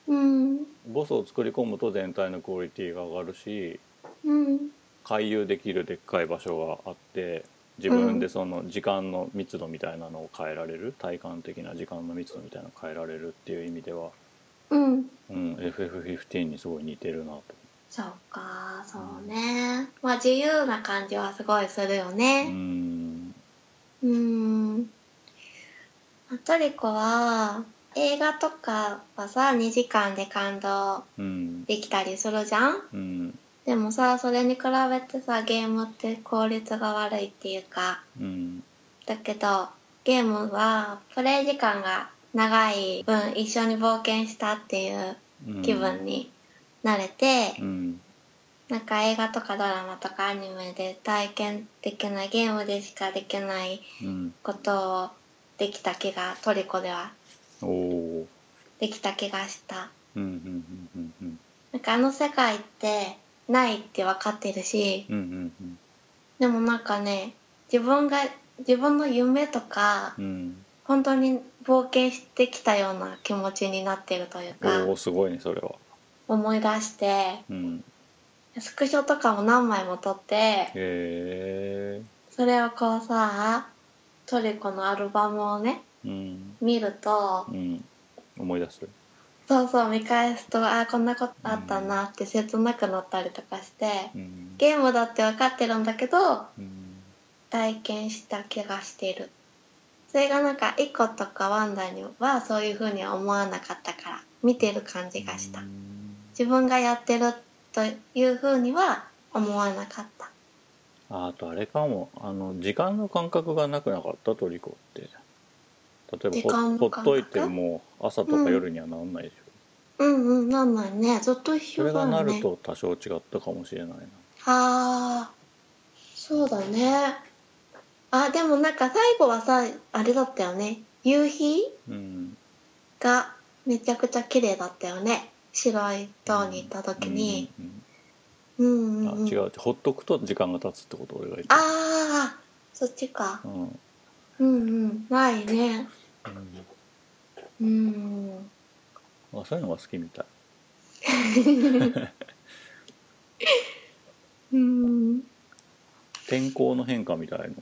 うんボスを作り込むと全体のクオリティが上がるしうん回遊できるでっかい場所があって自分でその時間の密度みたいなのを変えられる体感的な時間の密度みたいなのを変えられるっていう意味では、うんうん、FF15 にすごい似てるなとそうかそうねまあ自由な感じはすごいするよね、うんうーん。トリコは、映画とかはさ、2時間で感動うんできたりするじゃんうんでもさ、それに比べてさ、ゲームって効率が悪いっていうか、うんだけど、ゲームはプレイ時間が長い分一緒に冒険したっていううん気分になれて、うんなんか映画とかドラマとかアニメで体験できないゲームでしかできないうんことをできた気がトリコではおおできた気がしたうんうんうんうんなんかあの世界ってないって分かってるしうんうんうんでもなんかね自分が自分の夢とかうん本当に冒険してきたような気持ちになってるというかおおすごいねそれは思い出してうんスクショとかも何枚も撮ってへえそれをこうさトリコのアルバムをねうん見るとうん思い出すそうそう見返すとあーこんなことあったなって切なくなったりとかしてうんゲームだって分かってるんだけどうん体験した気がしてるそれがなんかイコとかワンダにはそういうふうには思わなかったから見てる感じがしたうん自分がやってるというふうには思わなかったああとあれかもあの時間の感覚がなくなかったトリコって例時えば間ほのほっ感覚といても朝とか夜にはなんないでしょ、うんうんなんないねずっと一そ緒れだがなよるねと多少違ったかもしれないなああそうだねあでもなんか最後はさあれだったよね夕日うんがめちゃくちゃ綺麗だったよね白い塔に行った時に、うんうんうんうんうんあうん、違うほっとくと時間が経つってこと俺が言ってああそっちかうんうんうんうんないねうんあそういうのが好きみたいうん天候の変化みたいのも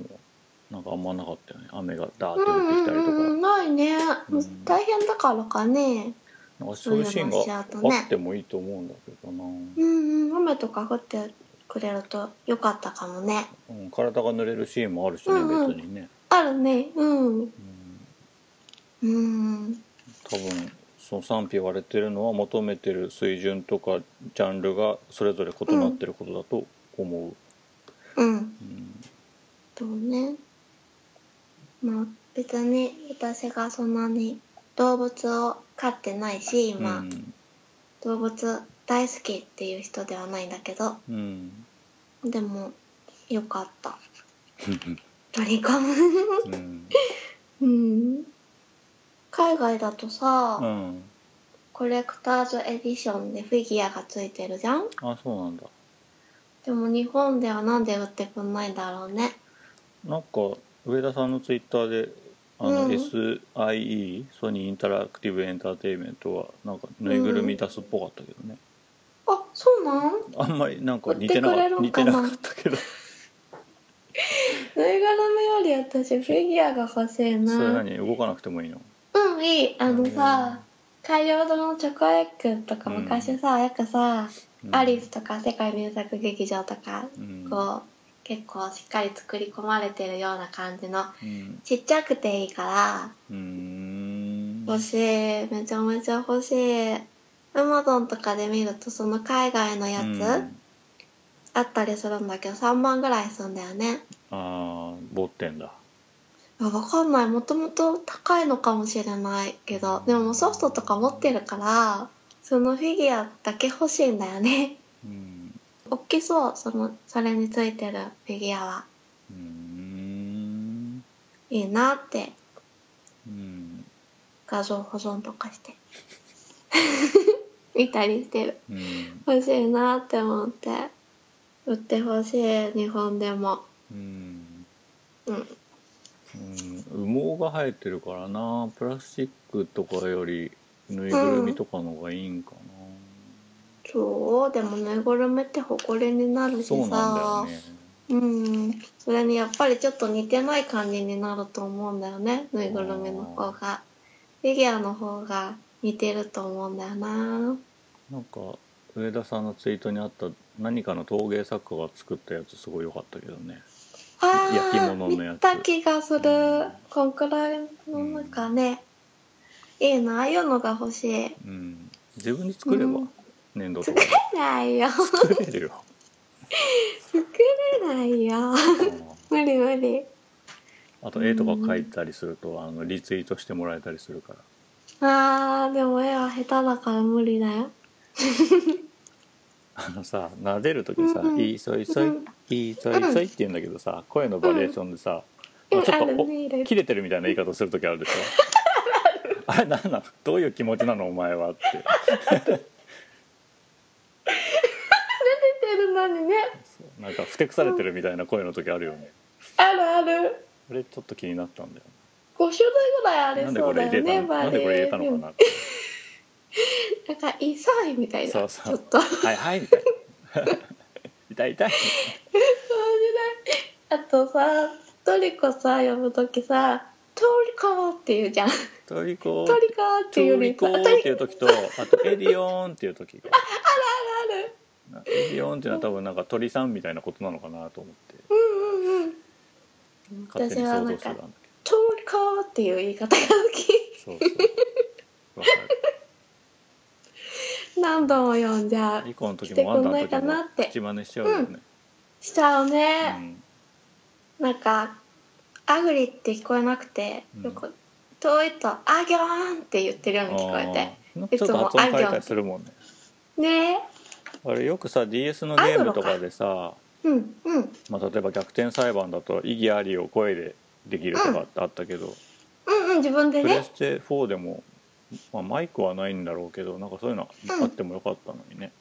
なんかあんまなかったよね雨がダーうッて降ってきたりとか、んうんないね、うん大変だからかねなんかそういうシーンそういうのしがあとねあってもいいと思うんだけどな、うんうん雨とか降ってくれるとよかったかもねうん、体が濡れるシーンもあるしね、うんうん別にね、あるねうんうん、うん多分その賛否言われてるのは求めてる水準とかジャンルがそれぞれ異なってることだと思う、うんうんそうねまあ別に私がそんなに動物を飼ってないしうん今、動物大好きっていう人ではないんだけどうんでもよかった取り込むうん *laughs* うん海外だとさ、うんコレクターズエディションでフィギュアがついてるじゃんあそうなんだでも日本ではなんで売ってくんないんだろうねなんか上田さんのツイッターであの、うん SIE ソニーインタラクティブエンターテインメントはなんかぬいぐるみ出すっぽかったけどね、あそうなんぬいあんまりなんか似てなかっ売ってたくれ似るかてななかったけどぐるみより私フィギュアが欲しいなそれ何動かなくてもいいのうんいいあのさ海洋堂のチョコエッグとかうん昔さ、よくさ、うんアリスとか世界名作劇場とかうんこう結構しっかり作り込まれてるような感じのうんちっちゃくていいからうーん欲しいめちゃめちゃ欲しいアマゾンとかで見るとその海外のやつ、うんあったりするんだけど3万ぐらいすんだよねああ持ってんだあわかんないもともと高いのかもしれないけどでももうソフトとか持ってるからそのフィギュアだけ欲しいんだよね *laughs* うん大きそうそのそれについてるフィギュアはうーんいいなってうん画像保存とかして *laughs* 見たりしてるうん欲しいなって思って売ってほしい日本でもうんうんうん羽毛が生えてるからなプラスチックとかよりぬいぐるみとかの方がいいんかな、そうでもぬいぐるみって埃になるしさそうなんだよねうん、それにやっぱりちょっと似てない感じになると思うんだよねぬいぐるみの方がフィギュアの方が似てると思うんだよななんか上田さんのツイートにあった何かの陶芸作家が作ったやつすごい良かったけどねあー焼き物のやつ見た気がするこんくらいのなんかね、いいなああいうのが欲しいうん自分で作れば、うん粘土と作かれないよ作作れるよれないようん無理無理あと絵とか描いたりすると、あのリツイートしてもらえたりするからあーでも絵は下手だから無理だよあのさ撫でる時さうんう「んいいそいそいうんいいそいそい」って言うんだけどさ声のバリエーションでさ、うんあちょっとうんあるねいろいおろ切れてるみたいな言い方する時あるで *laughs* しょあれなんなのどういう気持ちなのお前はって出てるのにねそうなんかふてくされてるみたいな声の時あるよねあるあるあれちょっと気になったんだよ5種類ぐらいありなんでそこうれだ入よれたねのバなんリでこれエ入ーれシたのョかンなってなんか「痛い」みたいなそうそうちょっと *laughs* 面はいはいみたいな痛い痛白いいあとさトリコさ呼ぶ時さ「トリコ」って言うじゃん「トリコトリコ」っていうよりさトリトコーリってコいう時とあとエディオーンっていう時があるエディオーンっていうのは多分なんか鳥さんみたいなことなのかなと思ってうんうんうん勝手に想像してたんだ「トリコ」っていう言い方が好き *laughs* けどそうそうわか何度も呼んじゃるうリコの時もワンダの来て時くんもないかなって口真似しちゃうよね、しちゃううね、んなんか「アグリ」って聞こえなくて、うんなんか遠いと「アギョーン」って言ってるように聞こえてあーなんかちょっと発音変えたりするもんねねえあれよくさ DS のゲームとかでさうんうんまあ、例えば逆転裁判だと「異議あり」を声でできるとかってあったけど、うんうん自分でプレねステ4でも、まあ、マイクはないんだろうけどなんかそういうのあってもよかったのにね、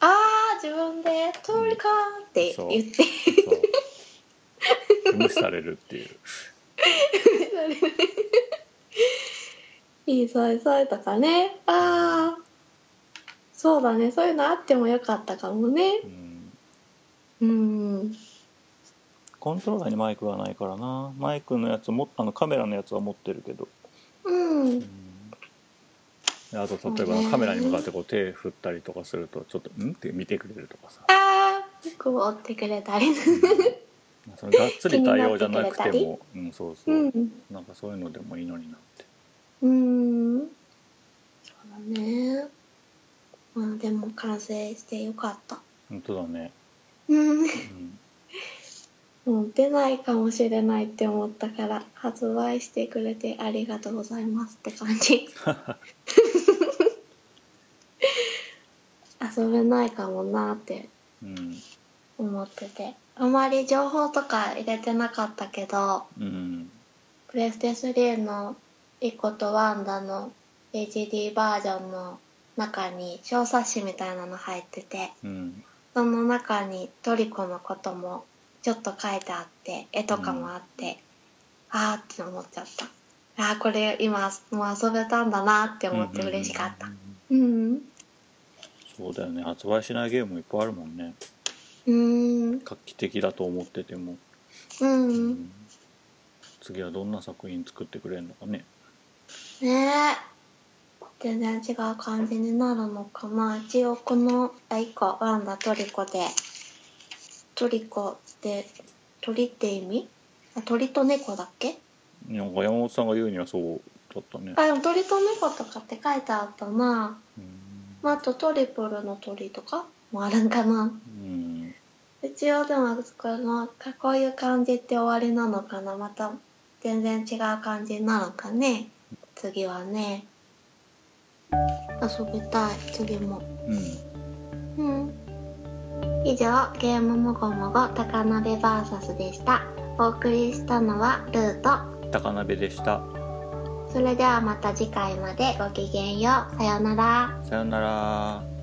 ああ自分で「通りか」ってそう言って、そう無視されるっていういいそういそういとかねああそうだねそういうのあってもよかったかもねうんうんコントローラーにマイクがないからなマイクのやつもあのカメラのやつは持ってるけど、うんであと例えばそうねカメラに向かってこう手振ったりとかするとちょっと「ん?」って見てくれるとか *laughs* さああ僕を追ってくれたりそのがっつり対応じゃなくて気にもうんそうそうう、んなんかそういうのでもいいのになってうんそうだねまあでも完成してよかった本当だね、うんうん、もう出ないかもしれないって思ったから発売してくれてありがとうございますって感じ遊べないかもなってうん思っててあまり情報とか入れてなかったけどうんプレステ3の1個とワンダの HD バージョンの中に小冊子みたいなの入っててうんその中にトリコのこともちょっと書いてあって絵とかもあって、あーって思っちゃったあーこれ今もう遊べたんだなって思って嬉しかったうんうんそうだよね発売しないゲームもいっぱいあるもんねうん画期的だと思ってても、うん、うん次はどんな作品作ってくれるのかねねえ全然違う感じになるのかな一応このあ一個ワンダトリコでトリコって鳥って意味あ鳥と猫だっけなんか山本さんが言うにはそうだったねあでも鳥と猫とかって書いてあったなうんまあ、あとトリプルの鳥とかもあるんかなうん一応でもこのこういう感じって終わりなのかなまた全然違う感じになるのかね次はね遊びたい次もううんん以上「ゲームもごもご高鍋 VS」でしたお送りしたのはルート高鍋でしたそれではまた次回までごきげんようさようならさよなら